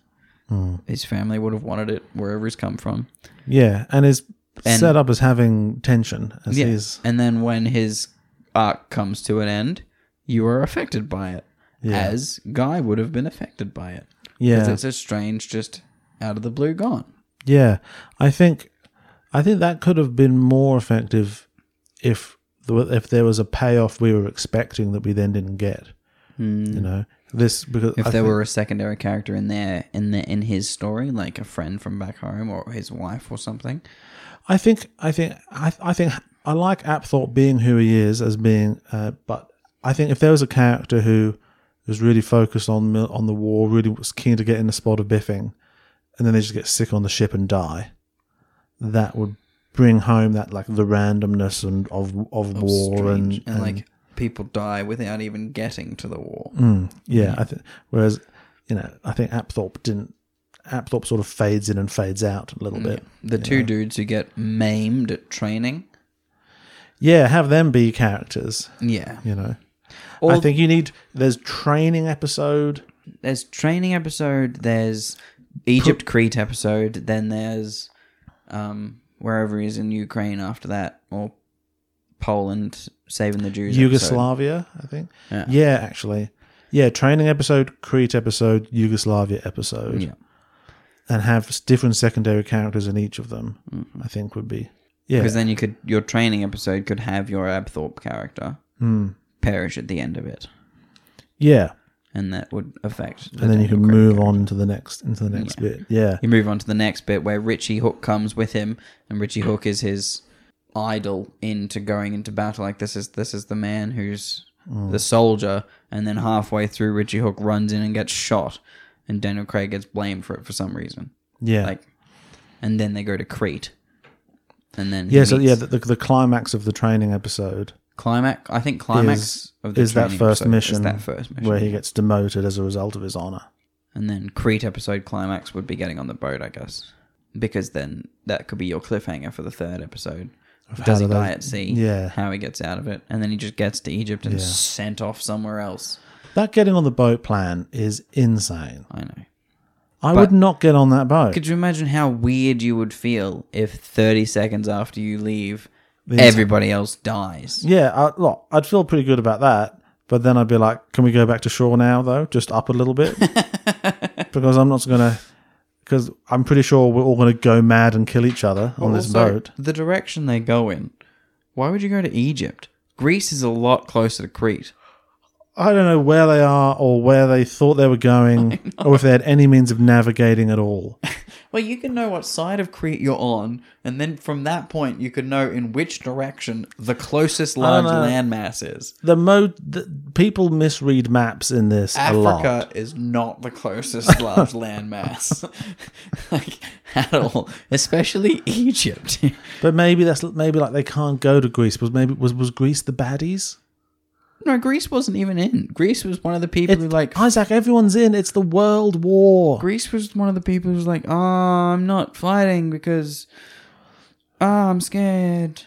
Speaker 5: Hmm.
Speaker 4: his family would have wanted it wherever he's come from.
Speaker 5: Yeah, and is
Speaker 4: And-
Speaker 5: set up as having tension as
Speaker 4: Yeah.
Speaker 5: he's
Speaker 4: And then when his arc comes to an end, you are affected by it. As Guy would have been affected by it. 'Cause
Speaker 5: yeah
Speaker 4: It's a strange just out of the blue gone.
Speaker 5: yeah. I think I think that could have been more effective if the, if there was a payoff we were expecting that we then didn't get. You know this because
Speaker 4: Hmm. If
Speaker 5: I
Speaker 4: there
Speaker 5: think-
Speaker 4: were a secondary character in there in the in his story, like a friend from back home or his wife or something.
Speaker 5: I think I think I, I think I like Apthorpe being who he is as being, uh, but I think if there was a character who was really focused on mil- on the war, really was keen to get in the spot of biffing, and then they just get sick on the ship and die, that would bring home that like the randomness and of of, war and, Hmm.
Speaker 4: strange, and, like people die without even getting to the war.
Speaker 5: yeah. I think whereas you know I think Apthorpe didn't. Apthorpe sort of fades in and fades out a little
Speaker 4: Mm.
Speaker 5: bit.
Speaker 4: The two dudes who get maimed at training.
Speaker 5: Yeah, have them be characters.
Speaker 4: Yeah.
Speaker 5: You know.
Speaker 4: Or
Speaker 5: I think you need. There's training episode.
Speaker 4: there's training episode, there's Egypt Crete episode, then there's um wherever he is in Ukraine after that, or Poland saving the Jews. episode.
Speaker 5: Yugoslavia, I think.
Speaker 4: Yeah.
Speaker 5: Yeah. actually. Yeah, training episode, Crete episode, Yugoslavia episode,
Speaker 4: Yeah.
Speaker 5: and have s- different secondary characters in each of them. I think would be yeah,
Speaker 4: Mm-hmm. Because then you could your training episode could have your Abthorpe character
Speaker 5: Hmm.
Speaker 4: perish at the end of it.
Speaker 5: yeah,
Speaker 4: And that would affect the
Speaker 5: and then you
Speaker 4: Daniel
Speaker 5: can
Speaker 4: Craig
Speaker 5: move on to the next into the next bit. Yeah,
Speaker 4: You move on to the next bit where Richie Hook comes with him, and Richie Hook is his idol into going into battle. Like this is this is the man who's
Speaker 5: Mm.
Speaker 4: the soldier, and then halfway through, Richie Hook runs in and gets shot, and Daniel Craig gets blamed for it for some reason.
Speaker 5: yeah,
Speaker 4: Like, and then they go to Crete, and then he
Speaker 5: yeah. So
Speaker 4: meets-
Speaker 5: yeah, the, the, the climax of the training episode
Speaker 4: Climax. I think climax
Speaker 5: is,
Speaker 4: of the
Speaker 5: is that
Speaker 4: training
Speaker 5: first
Speaker 4: episode
Speaker 5: mission,
Speaker 4: Is that first mission.
Speaker 5: where he gets demoted as a result of his honor.
Speaker 4: And then Crete episode climax would be getting on the boat, I guess, because then that could be your cliffhanger for the third episode. Does
Speaker 5: how
Speaker 4: he
Speaker 5: do
Speaker 4: die
Speaker 5: they-
Speaker 4: at sea?
Speaker 5: yeah.
Speaker 4: How he gets out of it, and then he just gets to Egypt and
Speaker 5: Yeah.
Speaker 4: sent off somewhere else.
Speaker 5: That getting on the boat plan is insane.
Speaker 4: I know. But-
Speaker 5: I would not get on that boat.
Speaker 4: Could you imagine how weird you would feel if 30 seconds after you leave,
Speaker 5: inside-
Speaker 4: everybody else dies?
Speaker 5: yeah, I, look, I'd feel pretty good about that, but then I'd be like, can we go back to shore now, though? Just up a
Speaker 4: <laughs>
Speaker 5: little bit? because I'm not going to. Because I'm pretty sure we're all going to go mad and kill each other on this
Speaker 4: Also,
Speaker 5: boat.
Speaker 4: The direction they go in. Why would you go to Egypt? Greece is a lot closer to Crete.
Speaker 5: I don't know where they are or where they thought they
Speaker 4: <laughs>
Speaker 5: were going or if they had any means of navigating at all.
Speaker 4: Well, you can know what side of Crete you're on, and then from that point, you can know in which direction the closest large
Speaker 5: know.
Speaker 4: landmass is.
Speaker 5: The mode that people misread maps in this a lot.
Speaker 4: Africa is not the
Speaker 5: <laughs>
Speaker 4: closest large landmass, <laughs> like at all. Especially Egypt. <laughs>
Speaker 5: But maybe that's maybe like they can't go to Greece. Was maybe was was Greece the baddies?
Speaker 4: no, Greece wasn't even in. Greece was one of the people
Speaker 5: It,
Speaker 4: who like.
Speaker 5: Isaac, everyone's in. It's the world war.
Speaker 4: Greece was one of the people who was like, "Oh, I'm not fighting because, oh, I'm scared.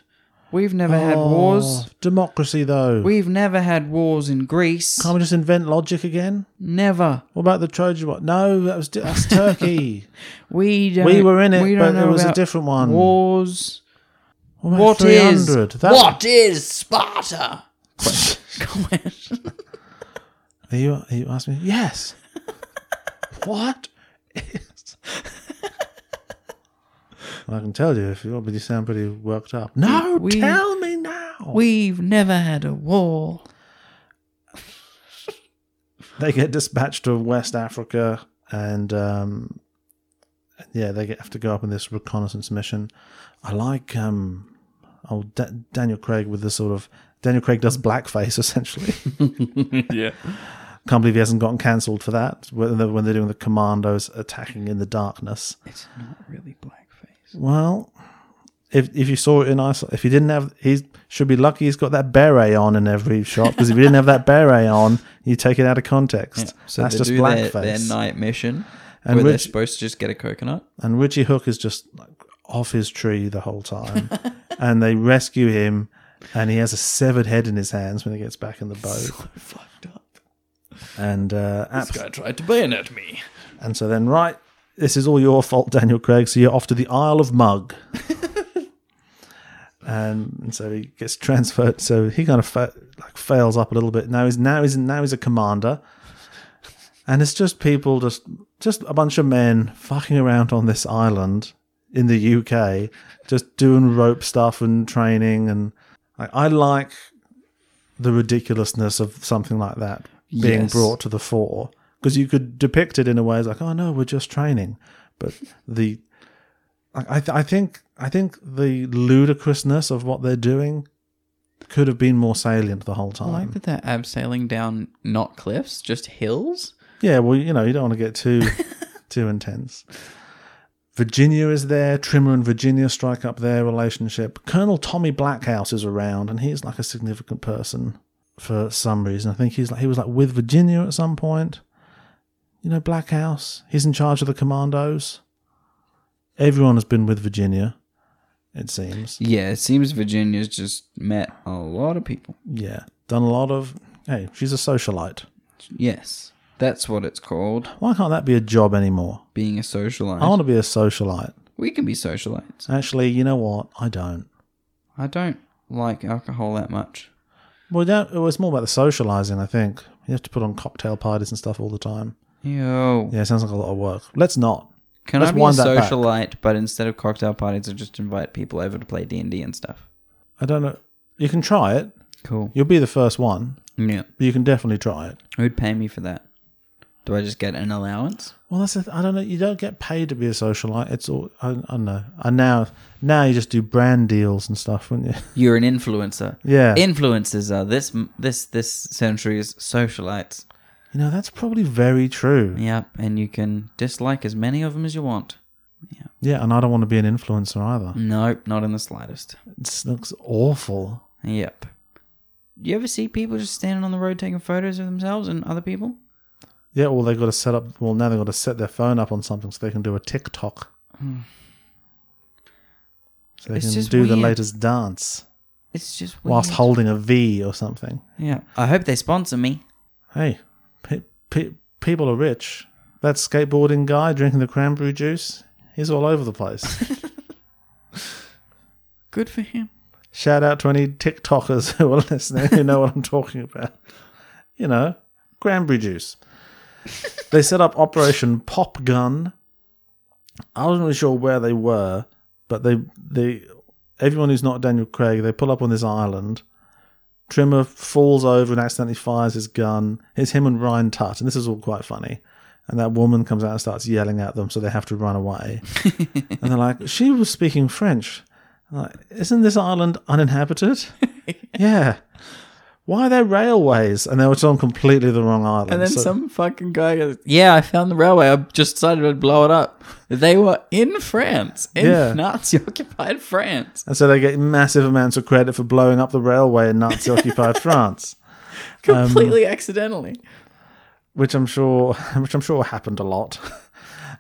Speaker 4: We've never had wars.
Speaker 5: Oh, democracy though.
Speaker 4: We've never had wars in Greece.
Speaker 5: can't we just invent logic again?
Speaker 4: Never.
Speaker 5: What about the Trojan War? No, that
Speaker 4: <laughs>
Speaker 5: was that's Turkey.
Speaker 4: We don't,
Speaker 5: We were in it,
Speaker 4: don't
Speaker 5: but it
Speaker 4: know
Speaker 5: was a
Speaker 4: about
Speaker 5: different one.
Speaker 4: Wars.
Speaker 5: What about
Speaker 4: What is
Speaker 5: 300? That-
Speaker 4: what is Sparta? Question.
Speaker 5: Are you are you asking me?
Speaker 4: <laughs>
Speaker 5: Yes. what? is- I can tell you if you want, but you sound pretty worked up. No,
Speaker 4: We-
Speaker 5: tell me now.
Speaker 4: We've never had a war.
Speaker 5: they get dispatched to West Africa, and um, yeah, they get, have to go up on this reconnaissance mission. I like um, old da- Daniel Craig with the sort of Daniel Craig does blackface <laughs> essentially.
Speaker 4: Yeah.
Speaker 5: Can't believe he hasn't gotten cancelled for that when they're, when they're doing the commandos attacking in the darkness.
Speaker 4: It's not really blackface.
Speaker 5: Well, if if you saw it in Iceland, if he didn't have, he should be lucky he's got that beret on in every shot because if he didn't have that beret on, you take it out of context.
Speaker 4: So
Speaker 5: That's
Speaker 4: they
Speaker 5: just
Speaker 4: do their,
Speaker 5: blackface.
Speaker 4: their night mission,
Speaker 5: And
Speaker 4: where they're
Speaker 5: which-
Speaker 4: supposed to just get a coconut.
Speaker 5: and Richie Hook is just like off his tree the whole time, <laughs> and they rescue him, and he has a severed head in his hands when he gets back in the boat,
Speaker 4: Fucked up.
Speaker 5: and uh, abs-
Speaker 4: guy tried to bayonet me.
Speaker 5: and so then right, this is all your fault, Daniel Craig. So you're off to the Isle of Mug. Um, And, and so he gets <laughs> transferred. So he kind of fa- like fails up a little bit. Now he's now he's now he's a commander, and it's just people just just a bunch of men fucking around on this island in the UK, just doing rope stuff and training. And like, I like the ridiculousness of something like that being
Speaker 4: Yes.
Speaker 5: brought to the fore because you could depict it in a way as like, oh no, we're just training, but the I, I, th- I think I think the ludicrousness of what they're doing could have been more salient the whole
Speaker 4: I like
Speaker 5: time.
Speaker 4: that they're abseiling down not cliffs, just hills.
Speaker 5: Yeah, well, you know, you don't want to get too too intense. Virginia is there. Trimmer and Virginia strike up their relationship. Colonel Tommy Blackhouse is around, and he's like a significant person for some reason. I think he's like he was like with Virginia at some point. You know, Blackhouse. He's in charge of the commandos. Everyone has been with Virginia, it seems.
Speaker 4: Yeah, it seems Virginia's just met a lot of people.
Speaker 5: Yeah, done a lot of. Hey, she's a socialite.
Speaker 4: Yes, that's what it's called,
Speaker 5: Why can't that be a job anymore?
Speaker 4: being a socialite.
Speaker 5: I want to be a socialite.
Speaker 4: we can be socialites.
Speaker 5: Actually, you know what? I don't.
Speaker 4: I don't like alcohol that much.
Speaker 5: Well, you don't, it was more about the socializing, I think. You have to put on cocktail parties and stuff all the time.
Speaker 4: Yo,
Speaker 5: Yeah, it sounds like a lot of work. Let's not.
Speaker 4: can I
Speaker 5: let's
Speaker 4: be a
Speaker 5: wind that back.
Speaker 4: socialite, but instead of cocktail parties, I just invite people over to play D and D and stuff?
Speaker 5: I don't know. You can try it.
Speaker 4: Cool.
Speaker 5: You'll be the first one,
Speaker 4: Yeah.
Speaker 5: but you can definitely try it.
Speaker 4: Who'd pay me for that? Do I just get an allowance?
Speaker 5: Well, that's the th- I don't know. You don't get paid to be a socialite. It's all I, I don't know. And now, now you just do brand deals and stuff, wouldn't you? <laughs>
Speaker 4: You're an influencer.
Speaker 5: Yeah.
Speaker 4: Influencers are this this this century's socialites.
Speaker 5: You know, that's probably very true.
Speaker 4: Yeah, and you can dislike as many of them as you want.
Speaker 5: Yeah, and I don't want to be an influencer either.
Speaker 4: Nope, not in the slightest.
Speaker 5: It looks awful.
Speaker 4: Yep. You ever see people just standing on the road taking photos of themselves and other people?
Speaker 5: Yeah, well, they've got to set up. Well, now they've got to set their phone up on something so they can do a TikTok. So they
Speaker 4: Hmm. It's
Speaker 5: can
Speaker 4: just
Speaker 5: do the
Speaker 4: weird.
Speaker 5: latest dance
Speaker 4: It's just weird.
Speaker 5: whilst holding a V or something.
Speaker 4: Yeah, I hope they sponsor me.
Speaker 5: Hey, pe- pe- people are rich. That skateboarding guy drinking the cranberry juice, he's all over
Speaker 4: <laughs>
Speaker 5: the place.
Speaker 4: Good for him.
Speaker 5: Shout out to any TikTokers <laughs> who are listening who know what I'm talking about. You know, cranberry juice. they set up Operation Pop Gun. I wasn't really sure where they were, but they they everyone who's not Daniel Craig, they pull up on this island. Trimmer falls over and accidentally fires his gun. It's him and Ryan Tutt, and this is all quite funny. And that woman comes out and starts yelling at them, so they have to
Speaker 4: <laughs>
Speaker 5: run away. and they're like, "She was speaking French. I'm like, Isn't this island
Speaker 4: <laughs>
Speaker 5: uninhabited? yeah. Why are there railways? And they were on completely the wrong island.
Speaker 4: And then
Speaker 5: So-
Speaker 4: some fucking guy goes, "Yeah, I found the railway. I just decided to blow it up." They were in France, in <laughs>
Speaker 5: Yeah. Um,
Speaker 4: Nazi-occupied France.
Speaker 5: And so they get massive amounts of credit for blowing up the railway in Nazi occupied France,
Speaker 4: completely accidentally.
Speaker 5: which I'm sure, <laughs> which I'm sure happened a lot. <laughs>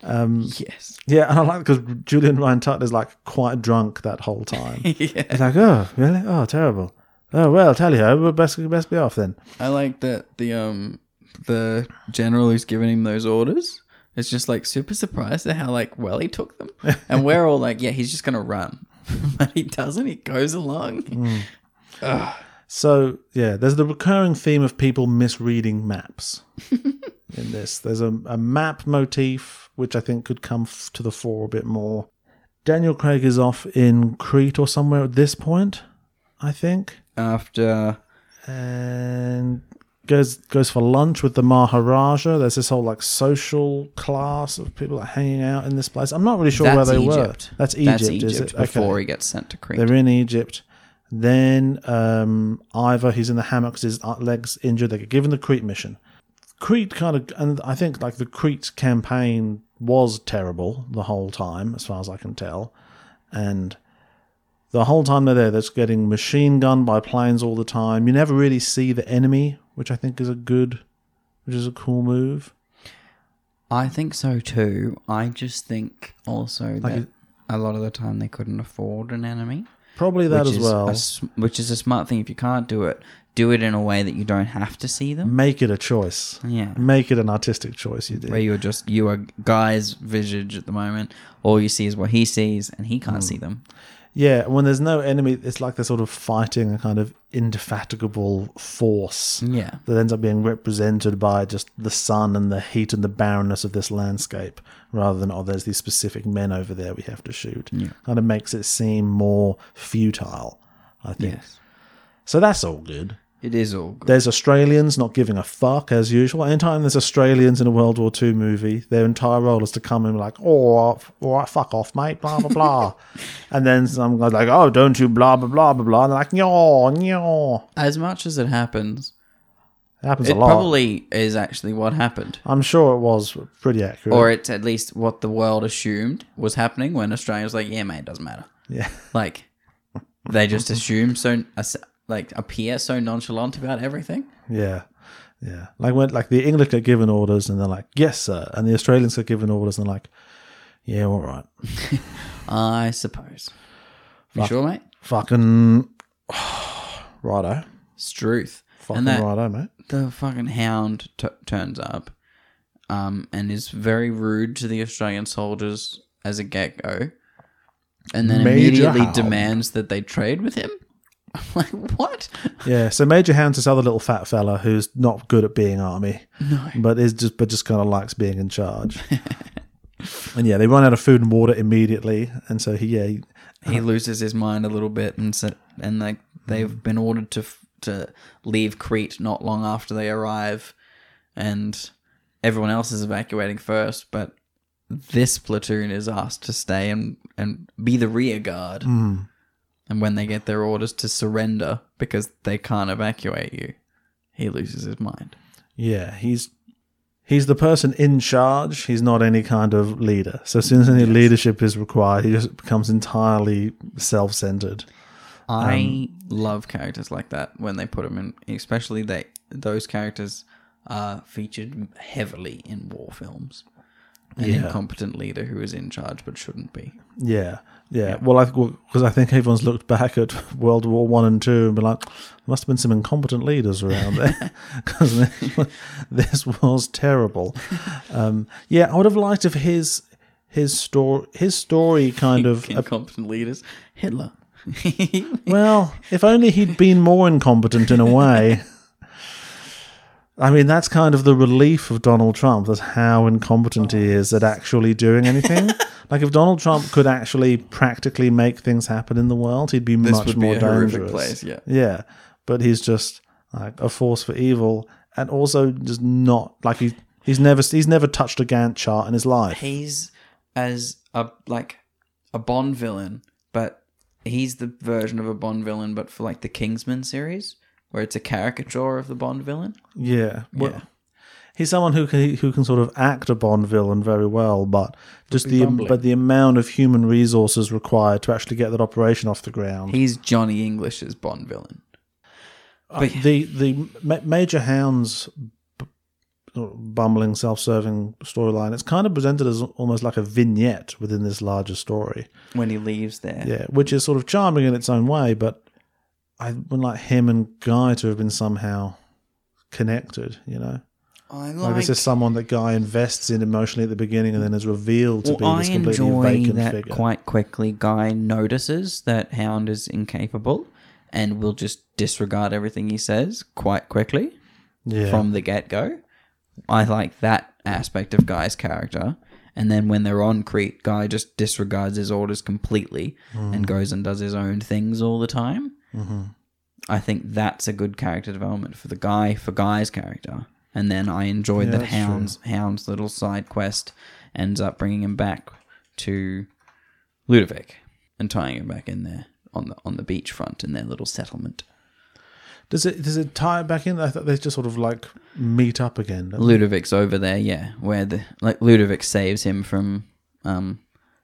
Speaker 4: Yes.
Speaker 5: Yeah, and I like because Julian Ryan Tutt is like quite drunk that whole time. He's like, oh, really? Oh, terrible. Oh well, tell you, how, we'll best best be off then.
Speaker 4: I like that the um the general who's giving him those orders is just like super surprised at how like well he took
Speaker 5: <laughs>
Speaker 4: them. And we're all like, yeah, he's just gonna run. <laughs> but he doesn't, he goes along.
Speaker 5: Mm. So yeah, there's the recurring theme of people
Speaker 4: <laughs>
Speaker 5: misreading maps. in this, there's a, a map motif which I think could come f- to the fore a bit more. Daniel Craig is off in Crete or somewhere at this point, I think.
Speaker 4: After
Speaker 5: and goes goes for lunch with the Maharaja. There's this whole like social class of people like, hanging out in this place. I'm not really sure
Speaker 4: that's
Speaker 5: where they
Speaker 4: Egypt.
Speaker 5: were. That's Egypt, is it?
Speaker 4: Egypt before he gets sent to Crete.
Speaker 5: They're in Egypt. Then um, Ivor, he's in the hammock 'cause his uh, leg's injured. They get given the Crete mission. Crete kind of, and I think like the Crete campaign was terrible the whole time, as far as I can tell. And the whole time they're there, they're just getting machine gunned by planes all the time. You never really see the enemy, which I think is a good, which is a cool move.
Speaker 4: I think so too. I just think also that a lot of the time they couldn't afford an enemy.
Speaker 5: Probably that
Speaker 4: which
Speaker 5: as
Speaker 4: is
Speaker 5: well.
Speaker 4: a s- which is a smart thing. If you can't do it, do it in a way that you don't have to see them.
Speaker 5: Make it a choice.
Speaker 4: Yeah.
Speaker 5: Make it an artistic choice. You did.
Speaker 4: Where you're just you are guy's visage at the moment. All you see is what he sees, and he
Speaker 5: Mm.
Speaker 4: can't see them.
Speaker 5: Yeah, when there's no enemy, it's like they're sort of fighting a kind of indefatigable force
Speaker 4: Yeah.
Speaker 5: that ends up being represented by just the sun and the heat and the barrenness of this landscape, rather than oh, there's these specific men over there we have to shoot. Kind of makes it seem more futile, I think.
Speaker 4: Yes.
Speaker 5: So that's all good.
Speaker 4: It is all good.
Speaker 5: There's Australians not giving a fuck as usual. Anytime there's Australians in a World War II movie, their entire role is to come in like, "Oh, all right, fuck off, mate," blah blah blah,
Speaker 4: <laughs>
Speaker 5: and then some guy's like, "Oh, don't you blah blah blah blah blah," and they're like, "No, no."
Speaker 4: As much as it happens,
Speaker 5: It happens
Speaker 4: it
Speaker 5: a lot.
Speaker 4: probably is actually what happened,
Speaker 5: I'm sure it was pretty accurate.
Speaker 4: or it's at least what the world assumed was happening when Australia was like, "Yeah, mate, it doesn't matter."
Speaker 5: yeah, <laughs>
Speaker 4: Like they just assume so, like appear so nonchalant about everything.
Speaker 5: yeah, yeah. Like when like the English get given orders and they're like, "Yes, sir," and the Australians get given orders and they're like, "Yeah, all right."
Speaker 4: I suppose. You
Speaker 5: Fuck.
Speaker 4: sure, mate?
Speaker 5: Fucking <sighs> righto,
Speaker 4: Struth.
Speaker 5: fucking
Speaker 4: and that
Speaker 5: righto, mate.
Speaker 4: the fucking hound t- turns up um, and is very rude to the Australian soldiers as a get go. And then
Speaker 5: Major
Speaker 4: immediately
Speaker 5: Hound.
Speaker 4: demands that they trade with him. <laughs> I'm like, what?
Speaker 5: Yeah, so Major Hound's this other little fat fella who's not good at being army,
Speaker 4: No.
Speaker 5: but is just but just kind of likes being in charge. <laughs> and yeah, they run out of food and water immediately, and so he yeah he-
Speaker 4: He loses his mind a little bit and sa- and like they've been ordered to f- to leave Crete not long after they arrive and everyone else is evacuating first, but this platoon is asked to stay and, and be the rear guard. And when they get their orders to surrender because they can't evacuate you, he loses his mind.
Speaker 5: yeah he's he's the person in charge. He's not any kind of leader. So as soon as any leadership is required, he just becomes entirely self centered.
Speaker 4: I Um, love characters like that when they put them in, especially they those characters are featured heavily in war films. An
Speaker 5: Yeah.
Speaker 4: incompetent leader who is in charge but shouldn't be.
Speaker 5: Yeah, yeah. Well, I because I think everyone's looked back at World War One and Two and been like, there must have been some incompetent leaders around there because this, wa- this was terrible. Um, yeah, I would have liked if his his story his story kind of
Speaker 4: Incompetent leaders. Hitler. <laughs>
Speaker 5: well, if only he'd been more incompetent in a way. I mean, that's kind of the relief of Donald Trump. That's how incompetent he is at actually doing
Speaker 4: <laughs>
Speaker 5: anything. like, if Donald Trump could actually practically make things happen in the world, he'd be much
Speaker 4: would be
Speaker 5: more
Speaker 4: a
Speaker 5: dangerous.
Speaker 4: horrific place, yeah.
Speaker 5: yeah. But he's just like a force for evil, and also just not like he he's never he's never touched a Gantt chart in his life.
Speaker 4: He's as a like a Bond villain, but he's the version of a Bond villain, but for like the Kingsman series, where it's a caricature of the Bond villain.
Speaker 5: Yeah. Well, He's someone who can who can sort of act a Bond villain very well, but just the but the amount of human resources required to actually get that operation off the ground.
Speaker 4: He's Johnny English's Bond villain.
Speaker 5: Uh, the the Ma- Major Hound's b- sort of bumbling, self-serving storyline. It's kind of presented as almost like a vignette within this larger story.
Speaker 4: When he leaves there,
Speaker 5: Yeah, which is sort of charming in its own way, but I would like him and Guy to have been somehow connected. You know.
Speaker 4: I
Speaker 5: Like,
Speaker 4: like.
Speaker 5: this is someone that Guy invests in emotionally at the beginning and then is revealed to
Speaker 4: well,
Speaker 5: be
Speaker 4: I
Speaker 5: this completely
Speaker 4: enjoy
Speaker 5: vacant
Speaker 4: that
Speaker 5: figure.
Speaker 4: quite quickly. Guy notices that Hound is incapable, and will just disregard everything he says quite quickly.
Speaker 5: yeah.
Speaker 4: from the get go. I like that aspect of Guy's character. And then when they're on Crete, Guy just disregards his orders completely
Speaker 5: Hmm.
Speaker 4: and goes and does his own things all the time. Mm-hmm. I think that's a good character development for the guy for Guy's character. And then I enjoyed that
Speaker 5: that's true.
Speaker 4: Hound's Hound's little side quest ends up bringing him back to Ludovic and tying him back in there on the on the beachfront in their little settlement.
Speaker 5: does it does it tie it back in? I thought they just sort of like meet up again. don't they?
Speaker 4: Ludovic's over there, yeah, where the like Ludovic saves him from um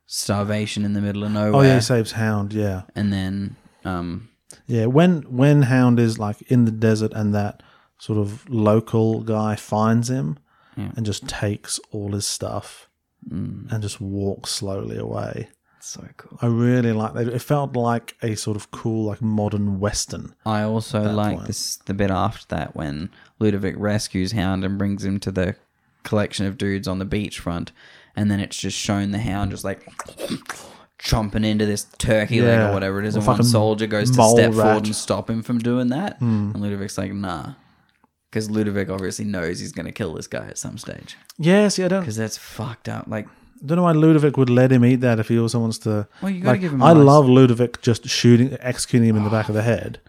Speaker 4: starvation in the middle of
Speaker 5: Oh
Speaker 4: nowhere,
Speaker 5: yeah, he saves Hound. Yeah,
Speaker 4: and then um
Speaker 5: yeah. When when Hound is like in the desert and that sort of local guy finds him and just takes all his stuff
Speaker 4: Mm.
Speaker 5: and just walks slowly away.
Speaker 4: so cool.
Speaker 5: I really like that. It felt like a sort of cool, like modern western.
Speaker 4: I also like this the bit after that when Ludovic rescues Hound and brings him to the collection of dudes on the beachfront, and then it's just shown the Hound just like <sniffs> chomping into this turkey leg
Speaker 5: Yeah.
Speaker 4: or whatever it is,
Speaker 5: Or
Speaker 4: and one
Speaker 5: fucking
Speaker 4: soldier goes to
Speaker 5: mole
Speaker 4: step
Speaker 5: rat. Hmm.
Speaker 4: forward and stop him from doing that, and Ludovic's like, nah. Because Ludovic obviously knows he's going to kill this guy at some stage.
Speaker 5: Yes, yeah. I don't
Speaker 4: Because that's fucked up. Like,
Speaker 5: don't know why Ludovic would let him eat that if he also wants to.
Speaker 4: Well, you gotta give him a
Speaker 5: I
Speaker 4: nice-
Speaker 5: love Ludovic just shooting, executing him in the back of the head.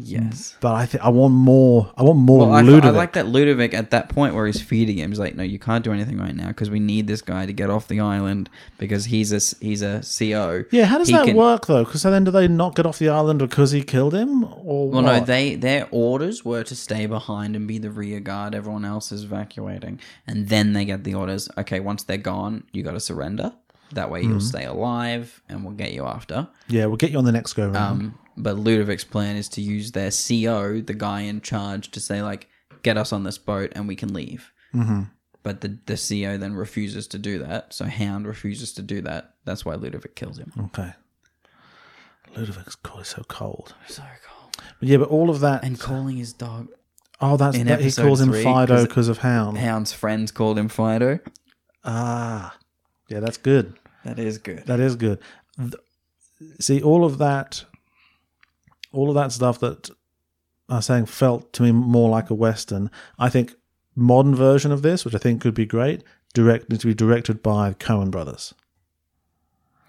Speaker 4: yes.
Speaker 5: But I think I want more. I want more
Speaker 4: Well, I,
Speaker 5: Ludovic.
Speaker 4: I like that Ludovic at that point where he's feeding him. He's like, "No, you can't do anything right now because we need this guy to get off the island because he's a s- he's a CO."
Speaker 5: yeah, how does
Speaker 4: He
Speaker 5: that
Speaker 4: can-
Speaker 5: work though? Because then do they not get off the island because he killed him? Or
Speaker 4: Well,
Speaker 5: what?
Speaker 4: no, they their orders were to stay behind and be the rear guard. Everyone else is evacuating, and then they get the orders. Okay, once they're gone, you got to surrender. That way,
Speaker 5: Mm-hmm.
Speaker 4: you'll stay alive, and we'll get you after.
Speaker 5: yeah, we'll get you on the next go round.
Speaker 4: Um, but Ludovic's plan is to use their CO, the guy in charge, to say like, "Get us on this boat and we can leave." Mm-hmm. But the the CO then refuses to do that, so Hound refuses to do that. That's why Ludovic kills him.
Speaker 5: okay. Ludovic's cool. He's so cold.
Speaker 4: So cold.
Speaker 5: But yeah, but all of that.
Speaker 4: And calling his dog
Speaker 5: oh, that's
Speaker 4: in
Speaker 5: that, he
Speaker 4: episode
Speaker 5: calls him
Speaker 4: three,
Speaker 5: Fido
Speaker 4: 'cause-
Speaker 5: because of Hound.
Speaker 4: Hound's friends called him Fido.
Speaker 5: Ah, yeah, that's good.
Speaker 4: That is good.
Speaker 5: That is good. Th- See, all of that, all of that stuff that I was saying felt to me more like a western. I think modern version of this, which I think could be great, directed to be directed by Cohen brothers.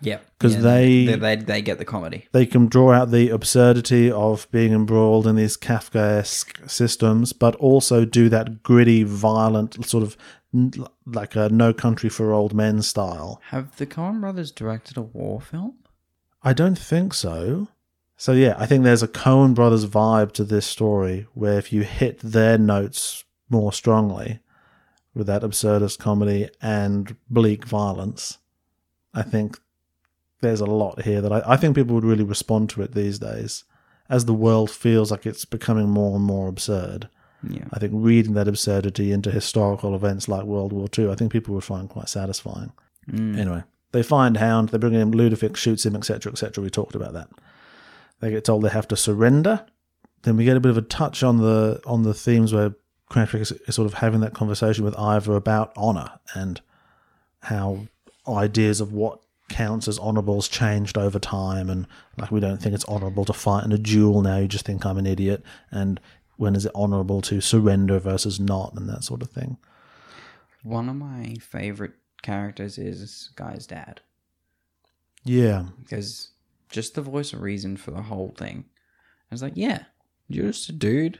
Speaker 4: Yep.
Speaker 5: 'Cause
Speaker 4: Yeah,
Speaker 5: they-
Speaker 4: they, they they get the comedy.
Speaker 5: They can draw out the absurdity of being embroiled in these Kafkaesque systems, but also do that gritty, violent sort of n- like a No Country for Old Men style.
Speaker 4: Have the Coen brothers directed a war film?
Speaker 5: I don't think so. So yeah, I think there's a Coen Brothers vibe to this story where if you hit their notes more strongly with that absurdist comedy and bleak violence, I think there's a lot here that I, I think people would really respond to it these days as the world feels like it's becoming more and more absurd.
Speaker 4: Yeah.
Speaker 5: I think reading that absurdity into historical events like World War II, I think people would find quite satisfying. Anyway, they find Hound, they bring him, Ludovic shoots him, etc., etc. We talked about that. They get told they have to surrender. Then we get a bit of a touch on the on the themes where Crantrick is, is sort of having that conversation with Ivor about honor and how ideas of what counts as honorables changed over time and like we don't think it's honorable to fight in a duel now you just think i'm an idiot and when is it honorable to surrender versus not and that sort of thing
Speaker 4: One of my favorite characters is Guy's dad
Speaker 5: yeah
Speaker 4: because just the voice of reason for the whole thing. I was like, yeah, you're just a dude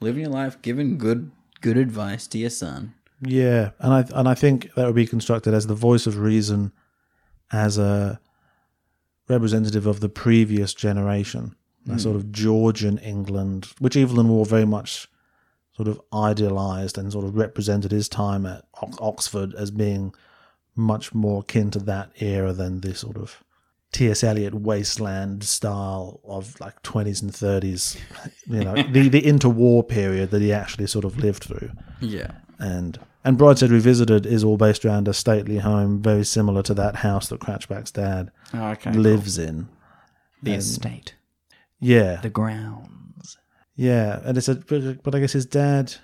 Speaker 4: living your life, giving good good advice to your son.
Speaker 5: yeah and i and i think that would be constructed as the voice of reason as a representative of the previous generation a sort of georgian england which evelyn waugh very much sort of idealized and sort of represented his time at Ox- Oxford as being much more akin to that era than the sort of T.S. Eliot wasteland style of like 20s and 30s, you know, the, the interwar period that he actually sort of lived through.
Speaker 4: Yeah.
Speaker 5: And and Brideshead Revisited is all based around a stately home very similar to that house that Cratchback's dad
Speaker 4: Oh, okay.
Speaker 5: lives in.
Speaker 4: the estate,
Speaker 5: Yeah.
Speaker 4: the grounds.
Speaker 5: Yeah, and it's a but, but I guess his dad.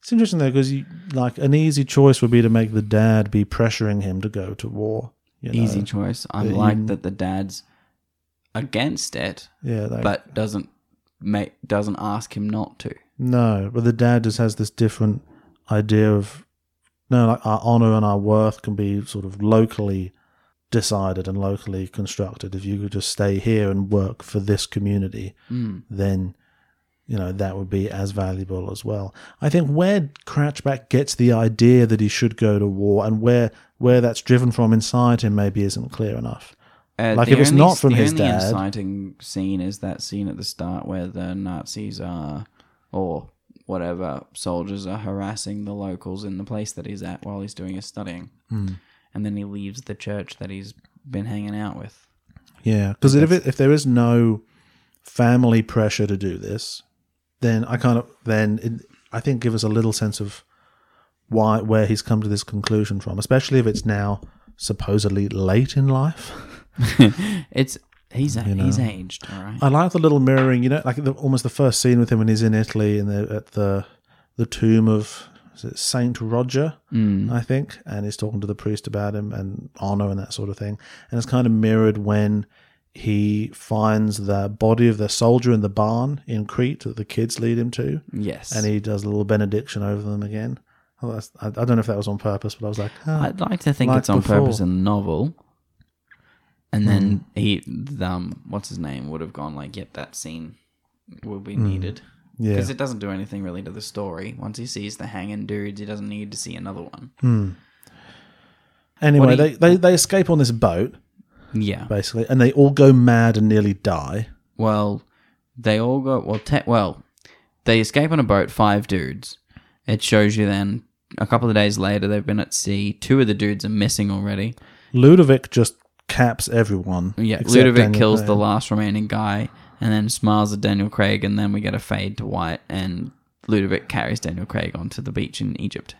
Speaker 5: It's interesting though because like an easy choice would be to make the dad be pressuring him to go to war. You know?
Speaker 4: Easy choice. I like that the dad's against it,
Speaker 5: yeah. Like,
Speaker 4: but doesn't make doesn't ask him not to.
Speaker 5: no, but the dad just has this different idea of no, like our honor and our worth can be sort of locally decided and locally constructed. If you could just stay here and work for this community, then you know that would be as valuable as well. I think where Crouchback gets the idea that he should go to war and where where that's driven from inside him maybe isn't clear enough.
Speaker 4: Uh,
Speaker 5: Like,
Speaker 4: the
Speaker 5: if it's
Speaker 4: only-
Speaker 5: not from his
Speaker 4: the only
Speaker 5: dad-
Speaker 4: inciting scene is that scene at the start where the Nazis are, or whatever soldiers are harassing the locals in the place that he's at while he's doing his studying,
Speaker 5: Hmm.
Speaker 4: and then he leaves the church that he's been hanging out with.
Speaker 5: Yeah, because if it, if there is no family pressure to do this, then I kind of then it, I think give us a little sense of why where he's come to this conclusion from, especially if it's now supposedly late in life.
Speaker 4: It's he's he's aged, all right.
Speaker 5: I like the little mirroring, you know, like the, almost the first scene with him when he's in Italy and they're at the the tomb of is it Saint Roger, I think, and he's talking to the priest about him and honor and that sort of thing. And it's kind of mirrored when he finds the body of the soldier in the barn in Crete that the kids lead him to,
Speaker 4: yes,
Speaker 5: and he does a little benediction over them again. Oh, that's, I, I don't know if that was on purpose, but I was like, huh.
Speaker 4: I'd like to think
Speaker 5: Like
Speaker 4: it's on
Speaker 5: before. Hmm.
Speaker 4: purpose in the novel. And then he, th- um, what's his name, would have gone like, "Yep, that scene will be needed."
Speaker 5: Hmm. Yeah.
Speaker 4: because it doesn't do anything really to the story. Once he sees the hanging dudes, he doesn't need to see another one.
Speaker 5: anyway,
Speaker 4: what do
Speaker 5: they,
Speaker 4: you-
Speaker 5: they they escape on this boat Hmm.
Speaker 4: Yeah.
Speaker 5: basically, and they all go mad and nearly die.
Speaker 4: Well, they all go. Well, te- well, they escape on a boat. Five dudes. It shows you then. A couple of days later, they've been at sea. Two of the dudes are missing already.
Speaker 5: Ludovic just caps everyone.
Speaker 4: Yeah,
Speaker 5: except
Speaker 4: Ludovic
Speaker 5: Daniel
Speaker 4: kills
Speaker 5: Craig.
Speaker 4: the last remaining guy and then smiles at Daniel Craig, and then we get a fade to white, and Ludovic carries Daniel Craig onto the beach in Egypt.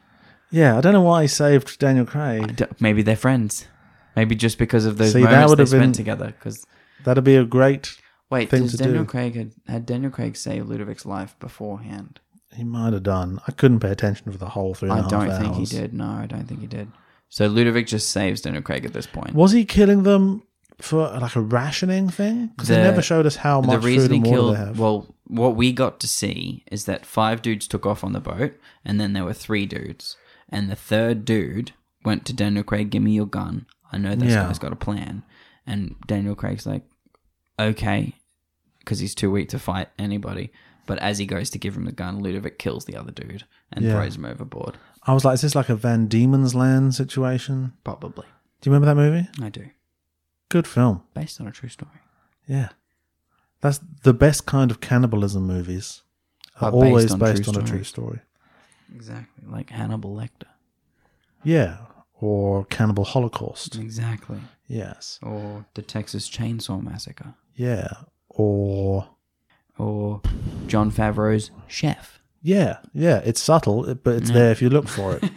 Speaker 5: Yeah, I don't know why he saved Daniel Craig.
Speaker 4: D- Maybe they're friends. Maybe just because of those
Speaker 5: See, that
Speaker 4: moments
Speaker 5: would
Speaker 4: they
Speaker 5: have
Speaker 4: spent
Speaker 5: been-
Speaker 4: together. Because
Speaker 5: That'd be a great.
Speaker 4: wait,
Speaker 5: Thing
Speaker 4: does
Speaker 5: to
Speaker 4: Daniel
Speaker 5: do.
Speaker 4: Craig had, had Daniel Craig saved Ludovic's life beforehand?
Speaker 5: He might have done. I couldn't pay attention for the whole three and a
Speaker 4: I
Speaker 5: half
Speaker 4: don't
Speaker 5: hours.
Speaker 4: think he did. No, I don't think he did. So Ludovic just saves Daniel Craig at this point.
Speaker 5: Was he killing them for like a rationing thing? Because they
Speaker 4: The-
Speaker 5: never showed us how much food and water they have.
Speaker 4: well what we got to see is that five dudes took off on the boat and then there were three dudes and the third dude went to daniel craig give me your gun i know this
Speaker 5: Yeah.
Speaker 4: guy's got a plan and daniel craig's like okay because he's too weak to fight anybody but as he goes to give him the gun ludovic kills the other dude and
Speaker 5: Yeah.
Speaker 4: throws him overboard
Speaker 5: I was like, is this like a Van Diemen's Land situation?
Speaker 4: probably
Speaker 5: Do you remember that movie?
Speaker 4: i do
Speaker 5: Good film.
Speaker 4: based on a true story
Speaker 5: Yeah, that's the best kind of cannibalism movies. Are
Speaker 4: Are based
Speaker 5: always
Speaker 4: on
Speaker 5: based
Speaker 4: true
Speaker 5: on a true
Speaker 4: stories.
Speaker 5: story.
Speaker 4: exactly like hannibal lecter
Speaker 5: Yeah, or Cannibal Holocaust.
Speaker 4: exactly
Speaker 5: Yes.
Speaker 4: or the Texas Chainsaw Massacre,
Speaker 5: Yeah. Or
Speaker 4: or John Favreau's Chef.
Speaker 5: Yeah, yeah, it's subtle, it- but it's there if you look for
Speaker 4: <laughs>
Speaker 5: it.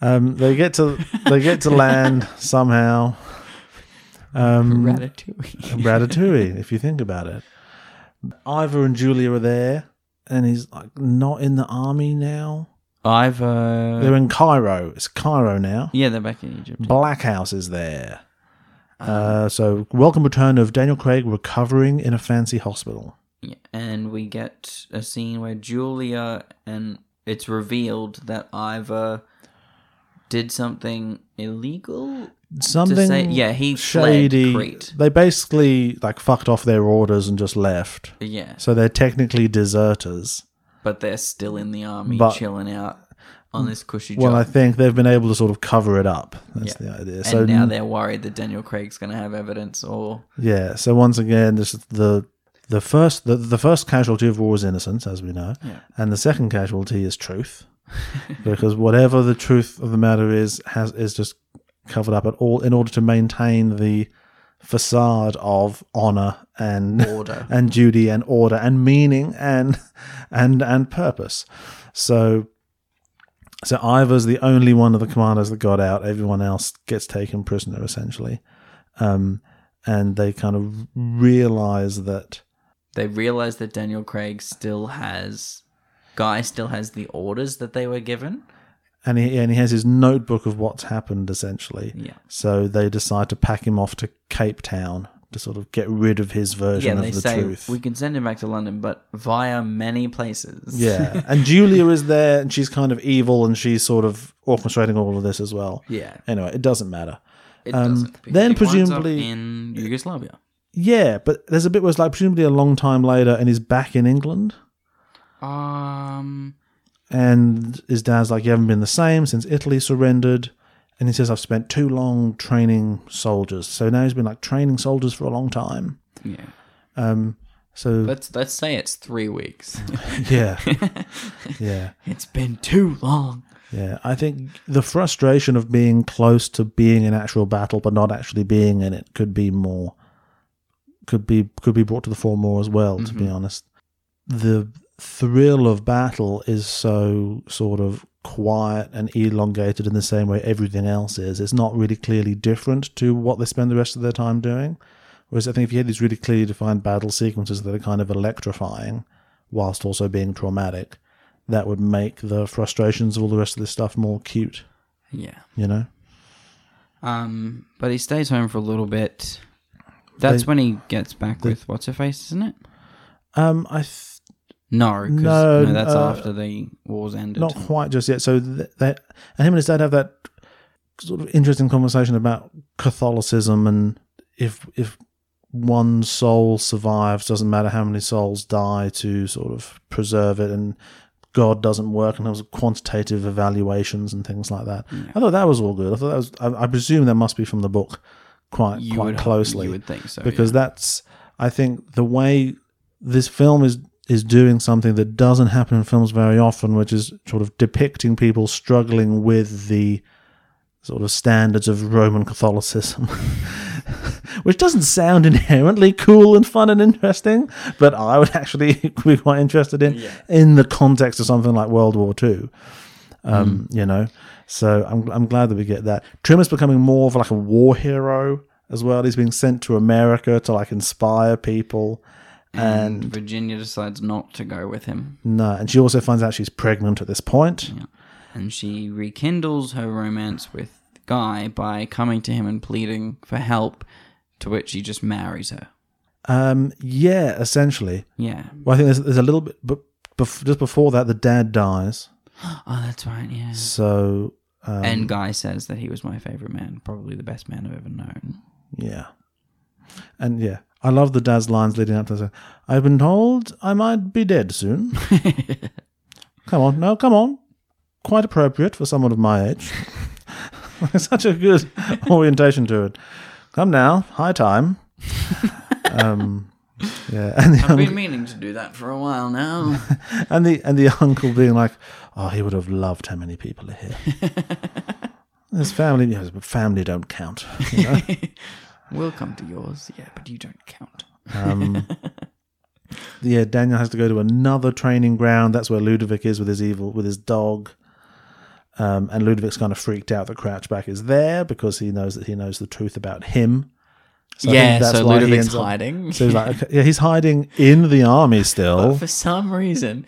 Speaker 5: um, they get to they get to land somehow. Um,
Speaker 4: Ratatouille. <laughs>
Speaker 5: Ratatouille, if you think about it. Ivor and Julia are there, and he's like not in the army now.
Speaker 4: I've uh,
Speaker 5: They're in Cairo. It's Cairo now.
Speaker 4: yeah, they're back in Egypt.
Speaker 5: Black House is there. Uh, so, welcome return of Daniel Craig recovering in a fancy hospital.
Speaker 4: Yeah, and we get a scene where Julia and it's revealed that Ivor did something illegal.
Speaker 5: something
Speaker 4: yeah, he fled
Speaker 5: shady.
Speaker 4: Crete.
Speaker 5: They basically like fucked off their orders and just left.
Speaker 4: Yeah,
Speaker 5: So they're technically deserters.
Speaker 4: but they're still in the army,
Speaker 5: But-
Speaker 4: chilling out on this cushy
Speaker 5: Well, I
Speaker 4: job.
Speaker 5: think they've been able to sort of cover it up. That's
Speaker 4: Yeah.
Speaker 5: the idea.
Speaker 4: and
Speaker 5: So
Speaker 4: now they're worried that Daniel Craig's going to have evidence or
Speaker 5: yeah. So once again, this is the the first the, the first casualty of war is innocence, as we know,
Speaker 4: Yeah.
Speaker 5: and the second casualty is truth, <laughs> because whatever the truth of the matter is has is just covered up at all in order to maintain the facade of honor and
Speaker 4: order.
Speaker 5: <laughs> and duty and order and meaning and and and purpose. So so Ivor's the only one of the commanders that got out. Everyone else gets taken prisoner essentially. Um, and they kind of realize that
Speaker 4: they realize that Daniel Craig still has guy still has the orders that they were given.
Speaker 5: and he and he has his notebook of what's happened essentially.
Speaker 4: Yeah.
Speaker 5: So they decide to pack him off to Cape Town to sort of get rid of his
Speaker 4: Yeah,
Speaker 5: version
Speaker 4: they
Speaker 5: of the
Speaker 4: say
Speaker 5: truth.
Speaker 4: <laughs> we can send him back to London, but via many places.
Speaker 5: yeah, and Julia is there, and she's kind of evil, and she's sort of orchestrating all of this as well.
Speaker 4: yeah.
Speaker 5: Anyway, it doesn't matter.
Speaker 4: It
Speaker 5: Um,
Speaker 4: doesn't. because
Speaker 5: then
Speaker 4: he winds up
Speaker 5: presumably-
Speaker 4: in Yugoslavia.
Speaker 5: Yeah, but there's a bit where it's like presumably a long time later, and he's back in England,
Speaker 4: Um,
Speaker 5: and his dad's like, "You haven't been the same since Italy surrendered," and he says, "I've spent too long training soldiers, so now he's been like training soldiers for a long time."
Speaker 4: yeah.
Speaker 5: Um, so
Speaker 4: Let's let's say it's three <laughs> weeks.
Speaker 5: yeah, yeah,
Speaker 4: it's been too long.
Speaker 5: yeah. I think the frustration of being close to being in actual battle but not actually being in it could be more, could be could be brought to the fore more as well. To be honest, the thrill of battle is so sort of quiet and elongated in the same way everything else is. It's not really clearly different to what they spend the rest of their time doing. Whereas I think if you had these really clearly defined battle sequences that are kind of electrifying whilst also being traumatic, that would make the frustrations of all the rest of this stuff more cute,
Speaker 4: Yeah.
Speaker 5: you know?
Speaker 4: Um, but he stays home for a little bit. That's
Speaker 5: They-
Speaker 4: when he gets back with what's her face, isn't it?
Speaker 5: Um, I th-
Speaker 4: No, 'cause-
Speaker 5: No,
Speaker 4: no, that's
Speaker 5: uh,
Speaker 4: after the war's ended.
Speaker 5: not quite just yet. So th- that and him and his dad have that sort of interesting conversation about Catholicism and if if one soul survives, doesn't matter how many souls die to sort of preserve it, and God doesn't work, and there was quantitative evaluations and things like that. I thought that was all good. I thought that was. I, I presume that must be from the book, quite
Speaker 4: You
Speaker 5: quite
Speaker 4: would hope-
Speaker 5: closely.
Speaker 4: you would think so,
Speaker 5: because that's. I think the way this film is is doing something that doesn't happen in films very often, which is sort of depicting people struggling with the sort of standards of Roman Catholicism. Which doesn't sound <laughs> inherently cool and fun and interesting, but I would actually <laughs> be quite interested in in the context of something like World War II. Um, You know, so I'm I'm glad that we get that. Trimmer's becoming more of like a war hero as well. He's being sent to America to like inspire people.
Speaker 4: and Virginia decides not to go with him,
Speaker 5: No, and she also finds out she's pregnant at this point.
Speaker 4: and she rekindles her romance with Guy by coming to him and pleading for help, to which he just marries her.
Speaker 5: Um, yeah, essentially.
Speaker 4: Yeah.
Speaker 5: Well, I think there's, there's a little bit, but bef- just before that, the dad dies.
Speaker 4: Oh, that's right. Yeah.
Speaker 5: So um,
Speaker 4: and Guy says that he was my favorite man, probably the best man I've ever
Speaker 5: <laughs>
Speaker 4: known.
Speaker 5: yeah, and yeah, I love the dad's lines leading up to this. I've been told I might be dead soon. come on, no, come on. Quite appropriate for someone of my age. <laughs> Such a good <laughs> orientation to it. Come now, high time. um, yeah, <laughs> and the
Speaker 4: I've been meaning to do that for a while
Speaker 5: <laughs>
Speaker 4: now.
Speaker 5: and the and the uncle being like, "Oh, he would have loved how many people are here." His family, yes, but family don't count. you know?
Speaker 4: We'll come to yours. Yeah, but you don't count.
Speaker 5: yeah, Daniel has to go to another training ground. That's where Ludovic is with his evil, with his dog. Um, and Ludovic's kind of freaked out that Crouchback is there because he knows that he knows the truth about him. So I think
Speaker 4: yeah,
Speaker 5: that's
Speaker 4: so
Speaker 5: why he
Speaker 4: Ludovic's
Speaker 5: ends up-
Speaker 4: hiding.
Speaker 5: so
Speaker 4: <laughs>
Speaker 5: he's like, okay, yeah, he's hiding in the army
Speaker 4: But
Speaker 5: still.
Speaker 4: for some reason,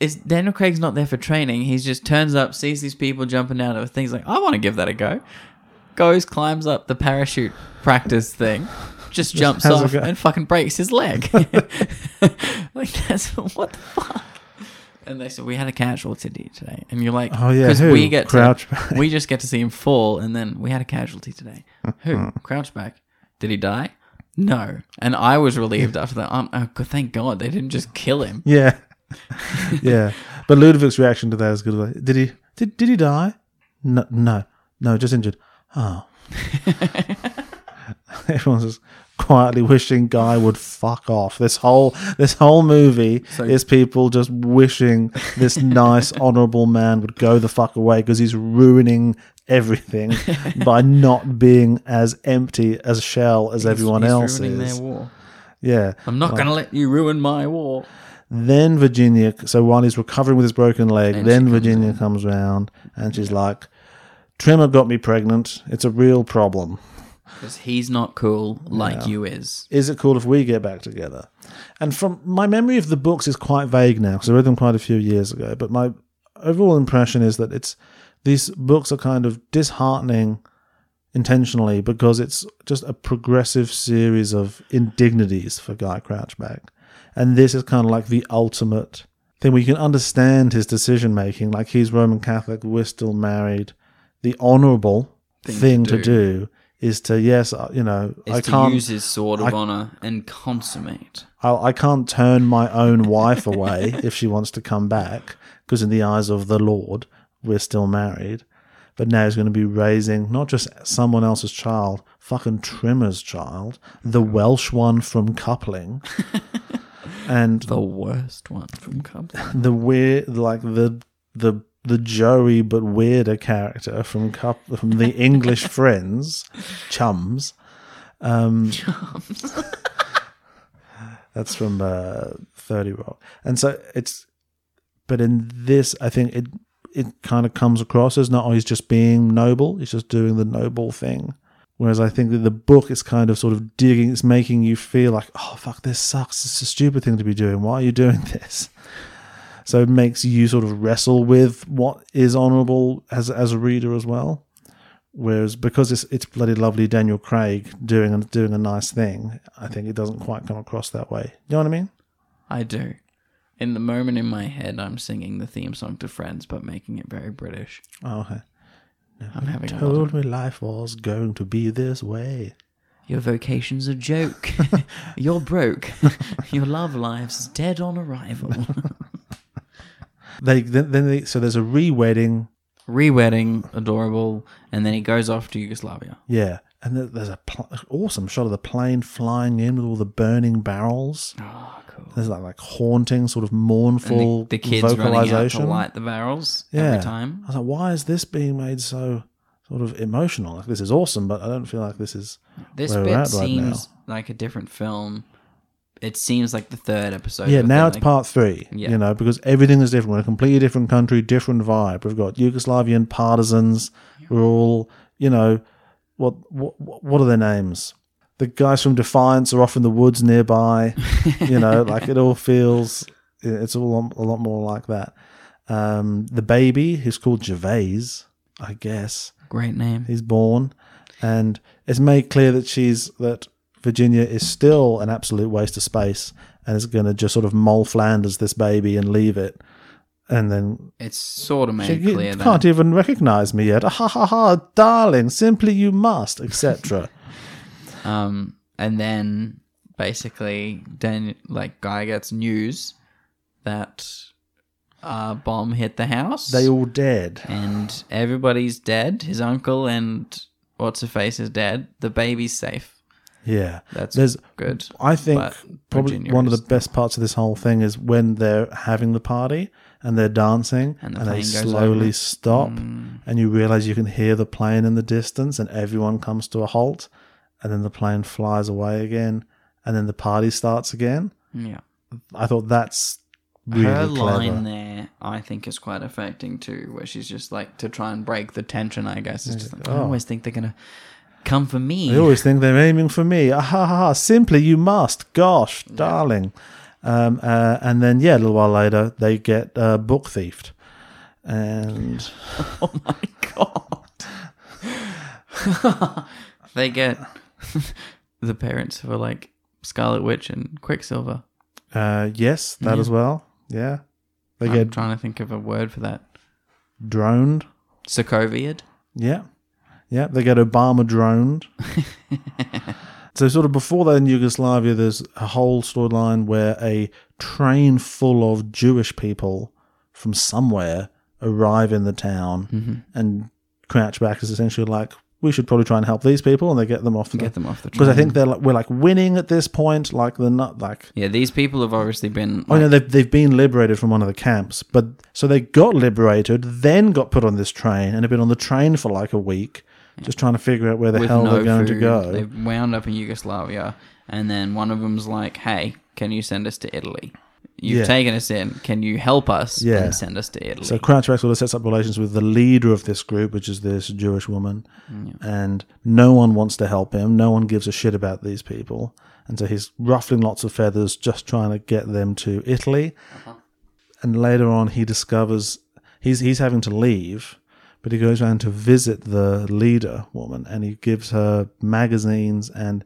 Speaker 4: is Daniel Craig's not there for training. He just turns up, sees these people jumping out of a thing. He's like, I want to give that a go. Goes, climbs up the parachute practice thing, just jumps
Speaker 5: has a
Speaker 4: off
Speaker 5: go.
Speaker 4: and fucking breaks his
Speaker 5: <laughs>
Speaker 4: leg. <laughs> like that's <laughs> what the fuck. And they said we had a casualty today, and you're like,
Speaker 5: Oh, yeah, who?
Speaker 4: we get
Speaker 5: Crouchback.
Speaker 4: to, <laughs> we just get to see him fall, and then we had a casualty today. Who?
Speaker 5: <laughs>
Speaker 4: Crouchback. Did he die? No. And I was relieved after that. Um, oh, good, thank God they didn't just kill him.
Speaker 5: Yeah, <laughs> yeah. But Ludovic's reaction to that is good. Like, did he? Did did he die? No, no, no. Just injured. Oh. <laughs> Everyone's just quietly wishing Guy would fuck off. This whole this whole movie is people just wishing this nice, <laughs> honourable man would go the fuck away because he's ruining
Speaker 4: <laughs>
Speaker 5: everything by not being as empty as a shell as everyone
Speaker 4: He's
Speaker 5: else
Speaker 4: ruining
Speaker 5: is.
Speaker 4: their war.
Speaker 5: Yeah.
Speaker 4: I'm not gonna let you ruin my war.
Speaker 5: Then Virginia, so while he's recovering with his broken leg,
Speaker 4: And
Speaker 5: then
Speaker 4: she comes
Speaker 5: Virginia comes round and she's like, Trimmer got me pregnant. It's a real problem.
Speaker 4: Because he's not cool like you is.
Speaker 5: Is it cool if we get back together? And from my memory of the books is quite vague now because I read them quite a few years ago. But my overall impression is that it's these books are kind of disheartening intentionally because it's just a progressive series of indignities for Guy Crouchback. And this is kind of like the ultimate thing where you can understand his decision making. Like he's Roman Catholic, we're still married. The honorable thing, to, do. is to, yes, I- you know,
Speaker 4: Is
Speaker 5: I
Speaker 4: to
Speaker 5: can't.
Speaker 4: use his sword of honor and consummate.
Speaker 5: I'll, I can't turn my own wife away if she wants to come back, because in the eyes of the Lord, we're still married. But now he's going to be raising not just someone else's child, fucking Trimmer's child, the Welsh one from Coupling, and
Speaker 4: The worst one from Compton.
Speaker 5: the weird, like the the the Joey but weirder character from Coup- from the English Friends, Chums. Um, That's from uh, Thirty Rock, and so it's. But in this, I think it it kind of comes across as not oh, he's just being noble; he's just doing the noble thing. Whereas I think that the book is kind of sort of digging; it's making you feel like, oh fuck, this sucks. It's a stupid thing to be doing. Why are you doing this? So it makes you sort of wrestle with what is honourable as as a reader as well. Whereas because it's it's bloody lovely Daniel Craig doing a- doing a nice thing, I think it doesn't quite come across that way. You know what I mean?
Speaker 4: I do. In the moment in my head, I'm singing the theme song to Friends, but making it very British.
Speaker 5: Oh, okay.
Speaker 4: I'm having a lot of,
Speaker 5: Told me life was going to be this way.
Speaker 4: Your vocation's a
Speaker 5: <laughs>
Speaker 4: joke. You're broke. <laughs> Your love life's dead on arrival. <laughs>
Speaker 5: They then, then they, so there's a re-wedding.
Speaker 4: Re-wedding, adorable, and then he goes off to Yugoslavia.
Speaker 5: Yeah, and there- there's a pl- awesome shot of the plane flying in with all the burning barrels.
Speaker 4: Oh, cool.
Speaker 5: There's that like haunting, sort of mournful
Speaker 4: And the, the kids running out to
Speaker 5: vocalization.
Speaker 4: light the barrels every time.
Speaker 5: I was like, why is this being made so sort of emotional? Like this is awesome, but I don't feel like this is
Speaker 4: This
Speaker 5: where we're
Speaker 4: bit
Speaker 5: at right
Speaker 4: seems like a different film. It seems like the third episode.
Speaker 5: Yeah,
Speaker 4: but
Speaker 5: now
Speaker 4: then,
Speaker 5: it's
Speaker 4: like,
Speaker 5: part three.
Speaker 4: Yeah.
Speaker 5: You know, because everything is different. We're in a completely different country, different vibe. We've got Yugoslavian partisans. We're all, you know, what what what are their names? The guys from Defiance are off in the
Speaker 4: <laughs>
Speaker 5: woods nearby. you know, like it all feels. It's all a lot more like that. Um, the baby, who's called Gervais, I guess
Speaker 4: great name.
Speaker 5: he's born, and it's made clear that she's that Virginia is still an absolute waste of space and is going to just sort of mole Flanders this baby and leave it, and then
Speaker 4: It's sort of
Speaker 5: she
Speaker 4: made
Speaker 5: "You
Speaker 4: clear
Speaker 5: can't
Speaker 4: that
Speaker 5: even recognize me yet. Ha ha ha, darling, simply you
Speaker 4: <laughs>
Speaker 5: must, etc.
Speaker 4: Um, and then basically, Dan like guy gets news that a bomb hit the house.
Speaker 5: they all dead.
Speaker 4: and everybody's dead. His uncle and what's her face is dead. The baby's safe.
Speaker 5: Yeah,
Speaker 4: That's
Speaker 5: there's
Speaker 4: good.
Speaker 5: I think
Speaker 4: But
Speaker 5: probably
Speaker 4: Virginia
Speaker 5: one of
Speaker 4: is-
Speaker 5: the best parts of this whole thing is when they're having the party and they're dancing
Speaker 4: And
Speaker 5: and,
Speaker 4: the
Speaker 5: they
Speaker 4: plane goes
Speaker 5: slowly
Speaker 4: over. Mm.
Speaker 5: stop and you realize you can hear the plane in the distance and everyone comes to a halt and then the plane flies away again and then the party starts again.
Speaker 4: Yeah.
Speaker 5: I thought that's really
Speaker 4: Her
Speaker 5: clever.
Speaker 4: line there, I think, is quite affecting too, where she's just like to try and break the tension. I guess it's just like I always think they're gonna come for me.
Speaker 5: I Oh. always think they're aiming for me. Ah, ha, ha, ha. Simply, you must. Gosh, darling. Um, uh, and then, yeah, a little while later, they get uh, book thiefed. And
Speaker 4: Oh my god! they get <laughs> the parents who are like Scarlet Witch and Quicksilver.
Speaker 5: uh, yes, that as well. Yeah. They
Speaker 4: I'm
Speaker 5: get
Speaker 4: trying to think of a word for that.
Speaker 5: droned.
Speaker 4: Sokoviad.
Speaker 5: Yeah. Yeah, they get Obama
Speaker 4: <laughs>
Speaker 5: droned. so, sort of before that in Yugoslavia, there's a whole storyline where a train full of Jewish people from somewhere arrive in the town
Speaker 4: Mm-hmm.
Speaker 5: and Crouchback is essentially like, we should probably try and help these people, and they get them off.
Speaker 4: Get them off the
Speaker 5: because I
Speaker 4: train.
Speaker 5: think they're like, we're like winning at this point. Like the nut, like
Speaker 4: Yeah, these people have obviously been.
Speaker 5: Oh
Speaker 4: like-
Speaker 5: no, they've they've been liberated from one of the camps, but so they got liberated, then got put on this train, and have been on the train for like a week, just trying to figure out where the
Speaker 4: with
Speaker 5: hell
Speaker 4: no
Speaker 5: they're going to
Speaker 4: food.
Speaker 5: go.
Speaker 4: They wound up in Yugoslavia, and then one of them's like, "Hey, can you send us to Italy? You've
Speaker 5: Yeah.
Speaker 4: taken us in. Can you help us
Speaker 5: Yeah.
Speaker 4: and send us to Italy?"
Speaker 5: So Crouchback sort of sets up relations with the leader of this group, which is this Jewish woman, and no one wants to help him. No one gives a shit about these people, and so he's ruffling lots of feathers, just trying to get them to Italy. And later on, he discovers he's he's having to leave, but he goes around to visit the leader woman, and he gives her magazines and.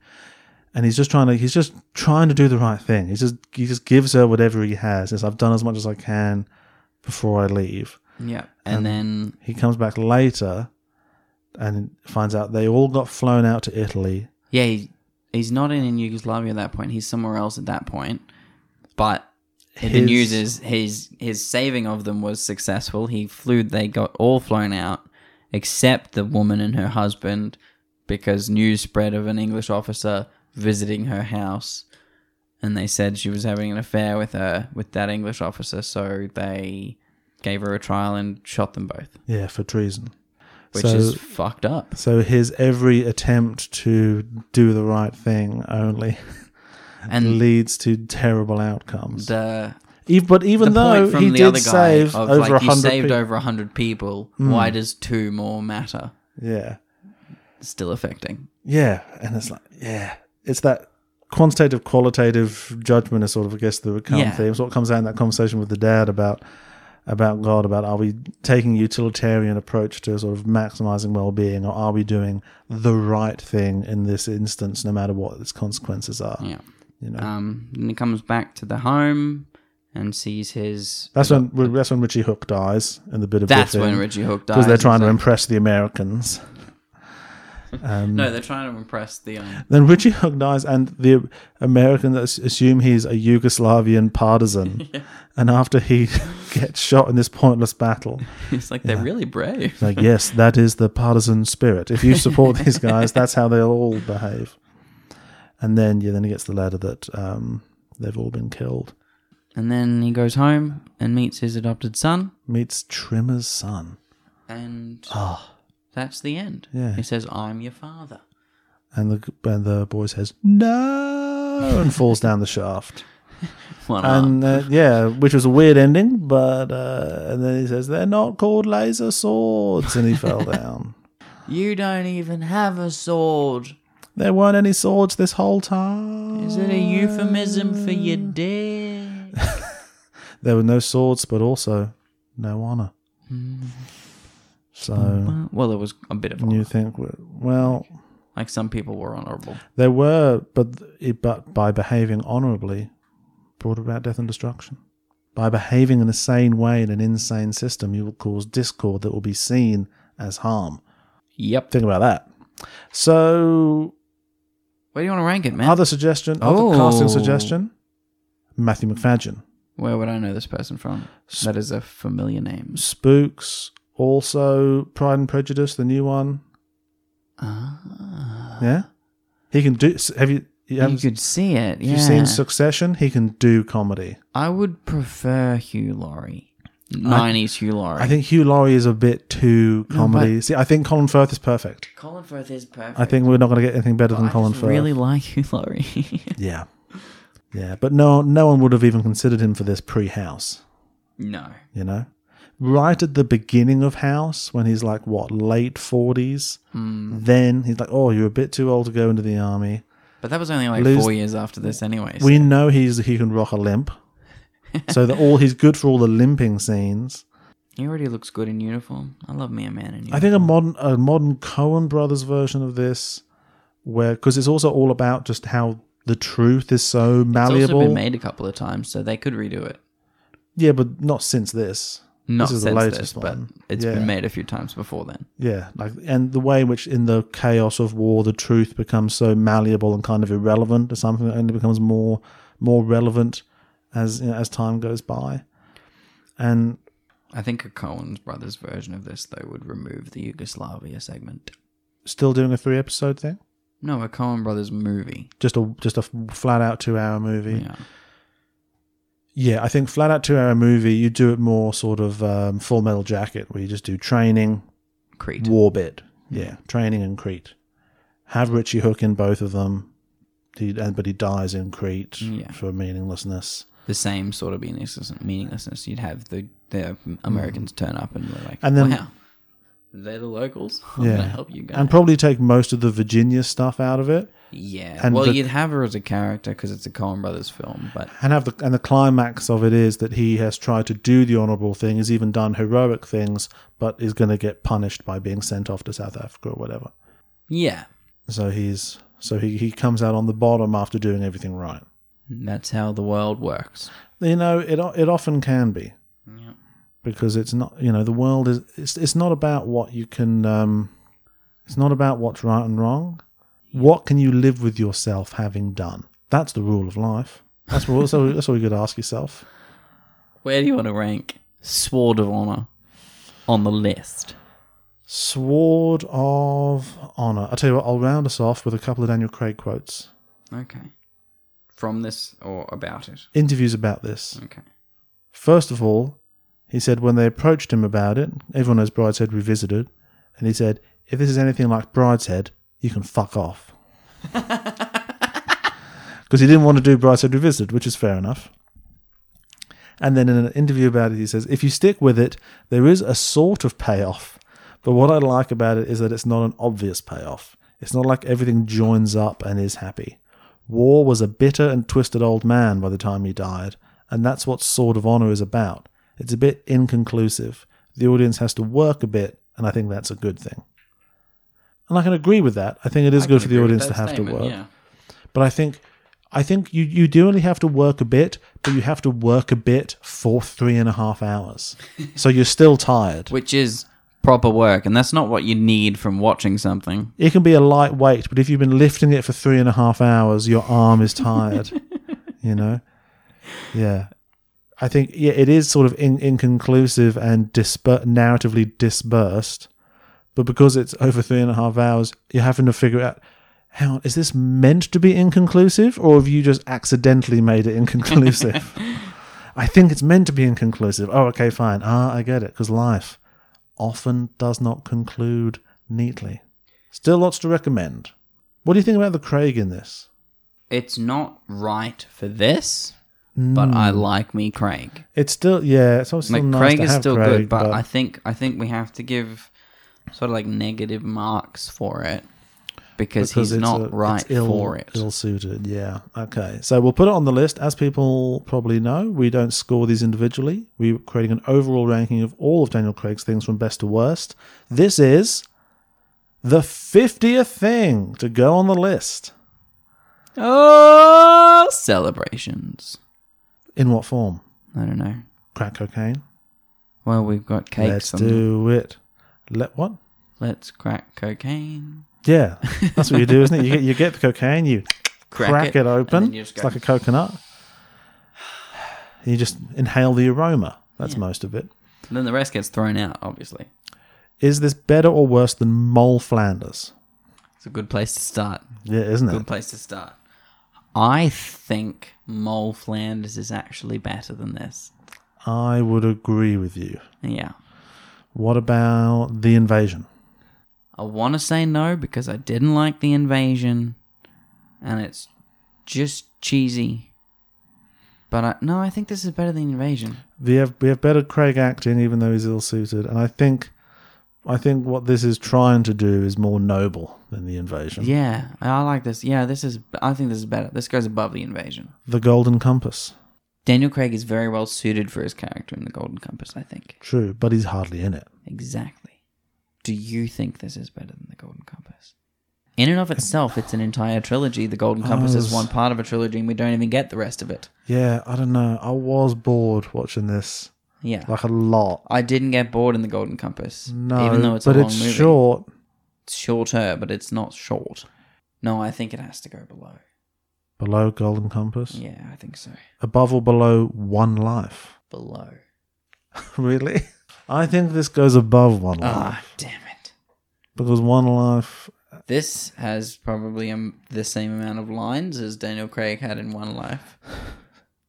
Speaker 5: And he's just trying to he's just trying to do the right thing. He's just he just gives her whatever he has. He says, I've done as much as I can before I leave.
Speaker 4: yeah,
Speaker 5: um,
Speaker 4: and then
Speaker 5: He comes back later and finds out they all got flown out to Italy.
Speaker 4: yeah, he, he's not in, Yugoslavia at that point. He's somewhere else at that point. But the
Speaker 5: His-
Speaker 4: news is his his saving of them was successful. He flew. They got all flown out except the woman and her husband because news spread of an English officer visiting her house. And they said she was having an affair with her with that English officer, so they gave her a trial and shot them both,
Speaker 5: Yeah, for treason.
Speaker 4: which
Speaker 5: So-
Speaker 4: is fucked up.
Speaker 5: So his every attempt to do the right thing only
Speaker 4: And
Speaker 5: leads to terrible outcomes.
Speaker 4: the
Speaker 5: Ev- but even
Speaker 4: the
Speaker 5: though
Speaker 4: point from
Speaker 5: he
Speaker 4: the
Speaker 5: did
Speaker 4: other guy
Speaker 5: save
Speaker 4: of
Speaker 5: over a
Speaker 4: like you
Speaker 5: hundred Hmm.
Speaker 4: saved
Speaker 5: people,
Speaker 4: over a hundred people, why does two more matter?
Speaker 5: yeah,
Speaker 4: Still affecting.
Speaker 5: yeah, and it's like yeah, it's that quantitative qualitative judgment is sort of I guess the recurrent
Speaker 4: Yeah.
Speaker 5: theme. It's what comes out in that conversation with the dad about about God, about are we taking a utilitarian approach to sort of maximizing well being, or are we doing the right thing in this instance, no matter what its consequences are?
Speaker 4: Yeah.
Speaker 5: You know,
Speaker 4: Um. And he comes back to the home and sees his.
Speaker 5: that's when that's when Richie Hook dies in the bit of
Speaker 4: That's when Richie Hook dies.
Speaker 5: because they're trying to
Speaker 4: It's
Speaker 5: impress the Americans.
Speaker 4: like- no, they're trying to impress the. Um, <laughs>
Speaker 5: Then Richie Hook dies, and the Americans as- assume he's a Yugoslavian partisan. And after he <laughs> gets shot in this pointless battle,
Speaker 4: it's like they're really brave.
Speaker 5: like, yes, that is the partisan spirit. If you support these guys, that's how they'll all behave. And then, yeah, then he gets the letter that um, they've all been killed.
Speaker 4: And then he goes home and meets his adopted son,
Speaker 5: Meets Trimmer's son,
Speaker 4: and that's the end.
Speaker 5: Ah. Yeah.
Speaker 4: He says, "I'm your father." <laughs>
Speaker 5: and the and the boy says no, and falls down the shaft.
Speaker 4: One arm.
Speaker 5: and uh, yeah, which was a weird ending. But uh, and then he says they're not called laser swords, and he
Speaker 4: <laughs>
Speaker 5: fell down.
Speaker 4: You don't even have a sword.
Speaker 5: There weren't any swords this whole time.
Speaker 4: Is it a euphemism for your dick?
Speaker 5: <laughs> There were no swords, but also no honor.
Speaker 4: Hmm.
Speaker 5: So
Speaker 4: well, there was a bit of
Speaker 5: you
Speaker 4: honor.
Speaker 5: think we- well
Speaker 4: like some people were honorable.
Speaker 5: there were, but it, but by behaving honorably, brought about death and destruction. By behaving in a sane way in an insane system, you will cause discord that will be seen as harm.
Speaker 4: Yep.
Speaker 5: Think about that. So,
Speaker 4: Where do you want to rank it, man?
Speaker 5: other suggestion, other casting
Speaker 4: Oh.
Speaker 5: suggestion, Matthew McFadden.
Speaker 4: Where would I know this person from? That is a familiar name.
Speaker 5: Spooks, also Pride and Prejudice, the new one.
Speaker 4: Ah.
Speaker 5: Yeah, He can do. s- Have you? you
Speaker 4: You
Speaker 5: haven't-
Speaker 4: could see it. Yeah.
Speaker 5: You've seen Succession. He can do comedy.
Speaker 4: I would prefer Hugh Laurie. Nineties Hugh Laurie.
Speaker 5: I think Hugh Laurie is a bit too comedy. See, I think Colin Firth is perfect.
Speaker 4: Colin Firth is perfect.
Speaker 5: I think we're not going to get anything better than
Speaker 4: I
Speaker 5: Colin
Speaker 4: just
Speaker 5: Firth.
Speaker 4: really like Hugh
Speaker 5: <laughs>
Speaker 4: Laurie.
Speaker 5: Yeah, yeah. But no, no one would have even considered him for this pre-House.
Speaker 4: no.
Speaker 5: You know, right at the beginning of House, when he's like what late forties,
Speaker 4: Hmm.
Speaker 5: then he's like, oh, you're a bit too old to go into the army.
Speaker 4: But that was only like
Speaker 5: Lose-
Speaker 4: four years after this anyway. so-
Speaker 5: We know he's he can rock a limp,
Speaker 4: <laughs>
Speaker 5: so that all he's good for all the limping scenes.
Speaker 4: He already looks good in uniform. I love me a man in uniform.
Speaker 5: I think a modern a modern Cohen brothers version of this, where because it's also all about just how the truth is so
Speaker 4: it's
Speaker 5: malleable.
Speaker 4: also been made a couple of times, so they could redo it.
Speaker 5: Yeah, but not since this.
Speaker 4: Not
Speaker 5: is the
Speaker 4: since
Speaker 5: latest
Speaker 4: this, but
Speaker 5: one.
Speaker 4: it's
Speaker 5: Yeah.
Speaker 4: been made a few times before then.
Speaker 5: Yeah, like and the way in which in the chaos of war the truth becomes so malleable and kind of irrelevant to something that only becomes more more relevant as you know, as time goes by. And
Speaker 4: I think a Cohen's brothers version of this though would remove the Yugoslavia segment.
Speaker 5: still doing a three episode thing,
Speaker 4: No, a Cohen brothers movie.
Speaker 5: just a just a flat out two hour movie.
Speaker 4: Yeah.
Speaker 5: Yeah, I think flat out two hour movie, you do it more sort of um, full metal jacket where you just do training,
Speaker 4: Crete.
Speaker 5: war bit. Yeah, training and Crete. Have Richie Hook in both of them. He, and- but he dies in Crete
Speaker 4: Yeah.
Speaker 5: for meaninglessness.
Speaker 4: The same sort of meaninglessness. meaninglessness. You'd have the, the Americans turn up and they're like,
Speaker 5: And then-
Speaker 4: wow, they're the locals. <laughs> I'm
Speaker 5: Yeah.
Speaker 4: going to help you guys.
Speaker 5: And probably take most of the Virginia stuff out of it.
Speaker 4: yeah.
Speaker 5: and
Speaker 4: well,
Speaker 5: the-
Speaker 4: you'd have her as a character because it's a Cohen brothers film, but
Speaker 5: And have the and the climax of it is that he has tried to do the honourable thing, has even done heroic things, but is going to get punished by being sent off to South Africa or whatever.
Speaker 4: yeah.
Speaker 5: So he's so he, he comes out on the bottom after doing everything right.
Speaker 4: That's how the world works.
Speaker 5: you know it o- it often can be because it's not you know the world is it's, it's not about what you can um it's not about what's right and wrong what can you live with yourself having done that's the rule of life that's what that's all, that's all you got to ask yourself
Speaker 4: Where do you want to rank Sword of Honor on the list?
Speaker 5: sword of honor i tell you what i'll round us off with a couple of daniel craig quotes
Speaker 4: Okay. From this or about it?
Speaker 5: interviews about this
Speaker 4: Okay.
Speaker 5: First of all, he said when they approached him about it, everyone knows Brideshead revisited, and he said, if this is anything like Brideshead, you can fuck off. Because he didn't want to do Brideshead revisited, which is fair enough. And then in an interview about it, he says, if you stick with it, there is a sort of payoff. But what I like about it is that it's not an obvious payoff. It's not like everything joins up and is happy. War was a bitter and twisted old man by the time he died, and that's what Sword of Honor is about. It's a bit inconclusive. The audience has to work a bit, and I think that's a good thing. And I can agree with that. I think it is
Speaker 4: I can
Speaker 5: good for the
Speaker 4: agree with
Speaker 5: audience to
Speaker 4: that
Speaker 5: have to
Speaker 4: statement,
Speaker 5: work.
Speaker 4: Yeah.
Speaker 5: But I think I think you, you do only have to work a bit, but you have to work a bit for three and a half hours. So you're still tired.
Speaker 4: Which is proper work, and that's not what you need from watching something.
Speaker 5: It can be a light weight, but if you've been lifting it for three and a half hours, your arm is tired. you know? Yeah. I think yeah, it is sort of in, inconclusive and disper- narratively dispersed, but because it's over three and a half hours, you're having to figure out how is this meant to be inconclusive, or have you just accidentally made it inconclusive? I think it's meant to be inconclusive. Oh, okay, fine. Ah, I get it. Because life often does not conclude neatly. Still lots to recommend. What do you think about the Craig in this?
Speaker 4: It's not right for this, but I like me Craig.
Speaker 5: It's still yeah, Hmm. it's obviously
Speaker 4: Like
Speaker 5: nice
Speaker 4: Craig
Speaker 5: to
Speaker 4: is
Speaker 5: have
Speaker 4: still
Speaker 5: Craig,
Speaker 4: good, but, I think I think we have to give sort of like negative marks for it because, he's
Speaker 5: it's
Speaker 4: not
Speaker 5: a- it's
Speaker 4: right
Speaker 5: ill,
Speaker 4: for it.
Speaker 5: Ill suited, yeah. Okay, so we'll put it on the list. As people probably know, we don't score these individually. We're creating an overall ranking of all of Daniel Craig's things from best to worst. This is the 50th thing to go on the list.
Speaker 4: Oh, celebrations.
Speaker 5: In what form?
Speaker 4: I don't know.
Speaker 5: Crack cocaine?
Speaker 4: Well, we've got cakes.
Speaker 5: Let's
Speaker 4: on
Speaker 5: do it. Let what?
Speaker 4: Let's crack cocaine.
Speaker 5: Yeah, that's what you do, isn't it? You get you get the cocaine, you crack, it,
Speaker 4: and then
Speaker 5: open.
Speaker 4: you just
Speaker 5: It's
Speaker 4: go,
Speaker 5: like
Speaker 4: <sighs>
Speaker 5: a coconut. You just inhale the aroma. That's most of it.
Speaker 4: and then the rest gets thrown out, obviously.
Speaker 5: Is this better or worse than Mole Flanders?
Speaker 4: It's a good place to start.
Speaker 5: Yeah, isn't
Speaker 4: Good
Speaker 5: it?
Speaker 4: place to start. I think Mole Flanders is actually better than this.
Speaker 5: I would agree with you.
Speaker 4: Yeah.
Speaker 5: What about the invasion?
Speaker 4: I want to say no because I didn't like the invasion, and it's just cheesy. But I, no, I think this is better than invasion.
Speaker 5: We have we have better Craig acting, even though he's ill suited, and I think, I think what this is trying to do is more noble than the invasion.
Speaker 4: Yeah, I like this. Yeah, this is. I think this is better. This goes above the invasion.
Speaker 5: The Golden Compass,
Speaker 4: Daniel Craig is very well suited for his character in The Golden Compass. I think
Speaker 5: true, but he's hardly in it.
Speaker 4: exactly. Do you think this is better than The Golden Compass? In and of itself, it's an entire trilogy. The Golden Compass is
Speaker 5: was-
Speaker 4: one part of a trilogy, and we don't even get the rest of it.
Speaker 5: Yeah, I don't know. I was bored watching this,
Speaker 4: Yeah,
Speaker 5: like a lot.
Speaker 4: I didn't get bored in The Golden Compass.
Speaker 5: No,
Speaker 4: even though it's
Speaker 5: but
Speaker 4: a long
Speaker 5: it's
Speaker 4: movie.
Speaker 5: short.
Speaker 4: It's shorter, but it's not short. No, I think it has to go below.
Speaker 5: Below Golden Compass,
Speaker 4: Yeah, I think so.
Speaker 5: above or below One Life. <laughs>
Speaker 4: Below.
Speaker 5: really? I think this goes above One Life
Speaker 4: Ah, damn it.
Speaker 5: because One Life
Speaker 4: This has probably um, the same amount of lines as Daniel Craig had in One Life.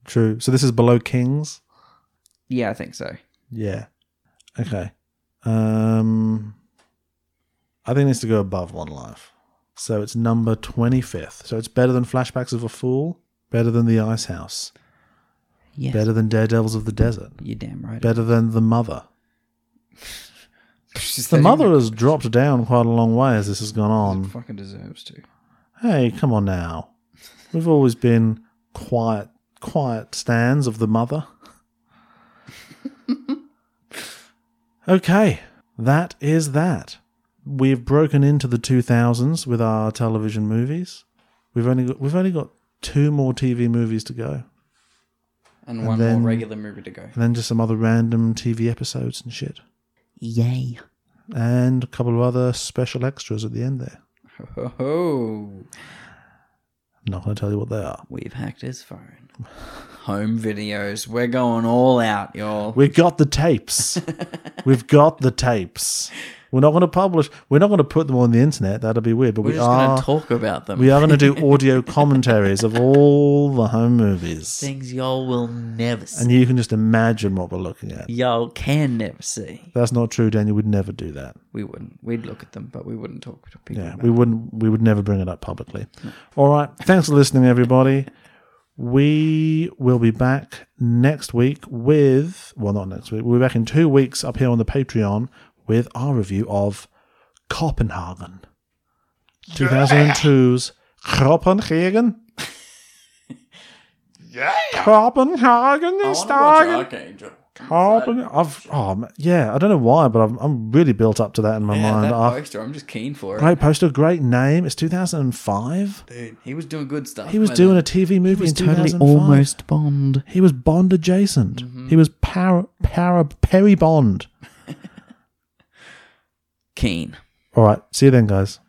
Speaker 5: True. So this is below Kings.
Speaker 4: Yeah, I think so.
Speaker 5: Yeah. Okay. Um, I think it needs to go above One Life. So it's number twenty fifth. So it's better than Flashbacks of a Fool, better than The Ice House,
Speaker 4: Yeah.
Speaker 5: better than Daredevils of the Desert,
Speaker 4: You're damn right.
Speaker 5: better than The Mother.
Speaker 4: <laughs> She's
Speaker 5: The Mother has dropped down quite a long way as this has gone on.
Speaker 4: fucking deserves to.
Speaker 5: Hey, come on now. We've always been quiet, quiet stands of the mother. okay, that is that. We've broken into the 2000s with our television movies. We've only got, we've only got two more TV movies to go,
Speaker 4: And, one
Speaker 5: then-
Speaker 4: more regular movie to go.
Speaker 5: and then just some other random TV episodes and shit,
Speaker 4: Yay.
Speaker 5: and a couple of other special extras at the end there.
Speaker 4: Ho, ho, ho.
Speaker 5: Not going to tell you what they are.
Speaker 4: We've hacked his
Speaker 5: <laughs>
Speaker 4: phone. Home videos. We're going all out, y'all.
Speaker 5: We got
Speaker 4: <laughs>
Speaker 5: the tapes. We've got the tapes. We're not going to publish. We're not going to put them on the internet. That'd be weird. But
Speaker 4: We're
Speaker 5: we
Speaker 4: just going
Speaker 5: are.
Speaker 4: to talk about them.
Speaker 5: We are going to do audio commentaries of all the home movies,
Speaker 4: <laughs> Things y'all will never see.
Speaker 5: and you can just imagine what we're looking at.
Speaker 4: y'all can never see.
Speaker 5: That's not true, Daniel. We'd never do that.
Speaker 4: We wouldn't. We'd look at them, but we wouldn't talk to people.
Speaker 5: Yeah,
Speaker 4: about
Speaker 5: we wouldn't. We would never bring it up publicly. All right. Thanks for listening, everybody. We will be back next week with well, not next week. We'll be back in two weeks up here on the Patreon with our review of Copenhagen, 2002's
Speaker 4: <laughs>
Speaker 5: Copenhagen. Yeah. Copenhagen
Speaker 4: it.
Speaker 5: is starting.
Speaker 4: Archangel.
Speaker 5: Copen- I've, oh, man, yeah, I don't know why, but I'm, I'm really built up to that in my
Speaker 4: Yeah,
Speaker 5: mind. Ah.
Speaker 4: that
Speaker 5: I've-
Speaker 4: poster. I'm just keen for it.
Speaker 5: Great poster, great name. It's 2005.
Speaker 4: Dude, he was doing good stuff.
Speaker 5: He was
Speaker 4: by
Speaker 5: doing
Speaker 4: then.
Speaker 5: a TV movie in 2005.
Speaker 4: Bond.
Speaker 5: He was Bond adjacent. He was para, para, Perry Bond.
Speaker 4: Keen.
Speaker 5: All right. See you then, guys.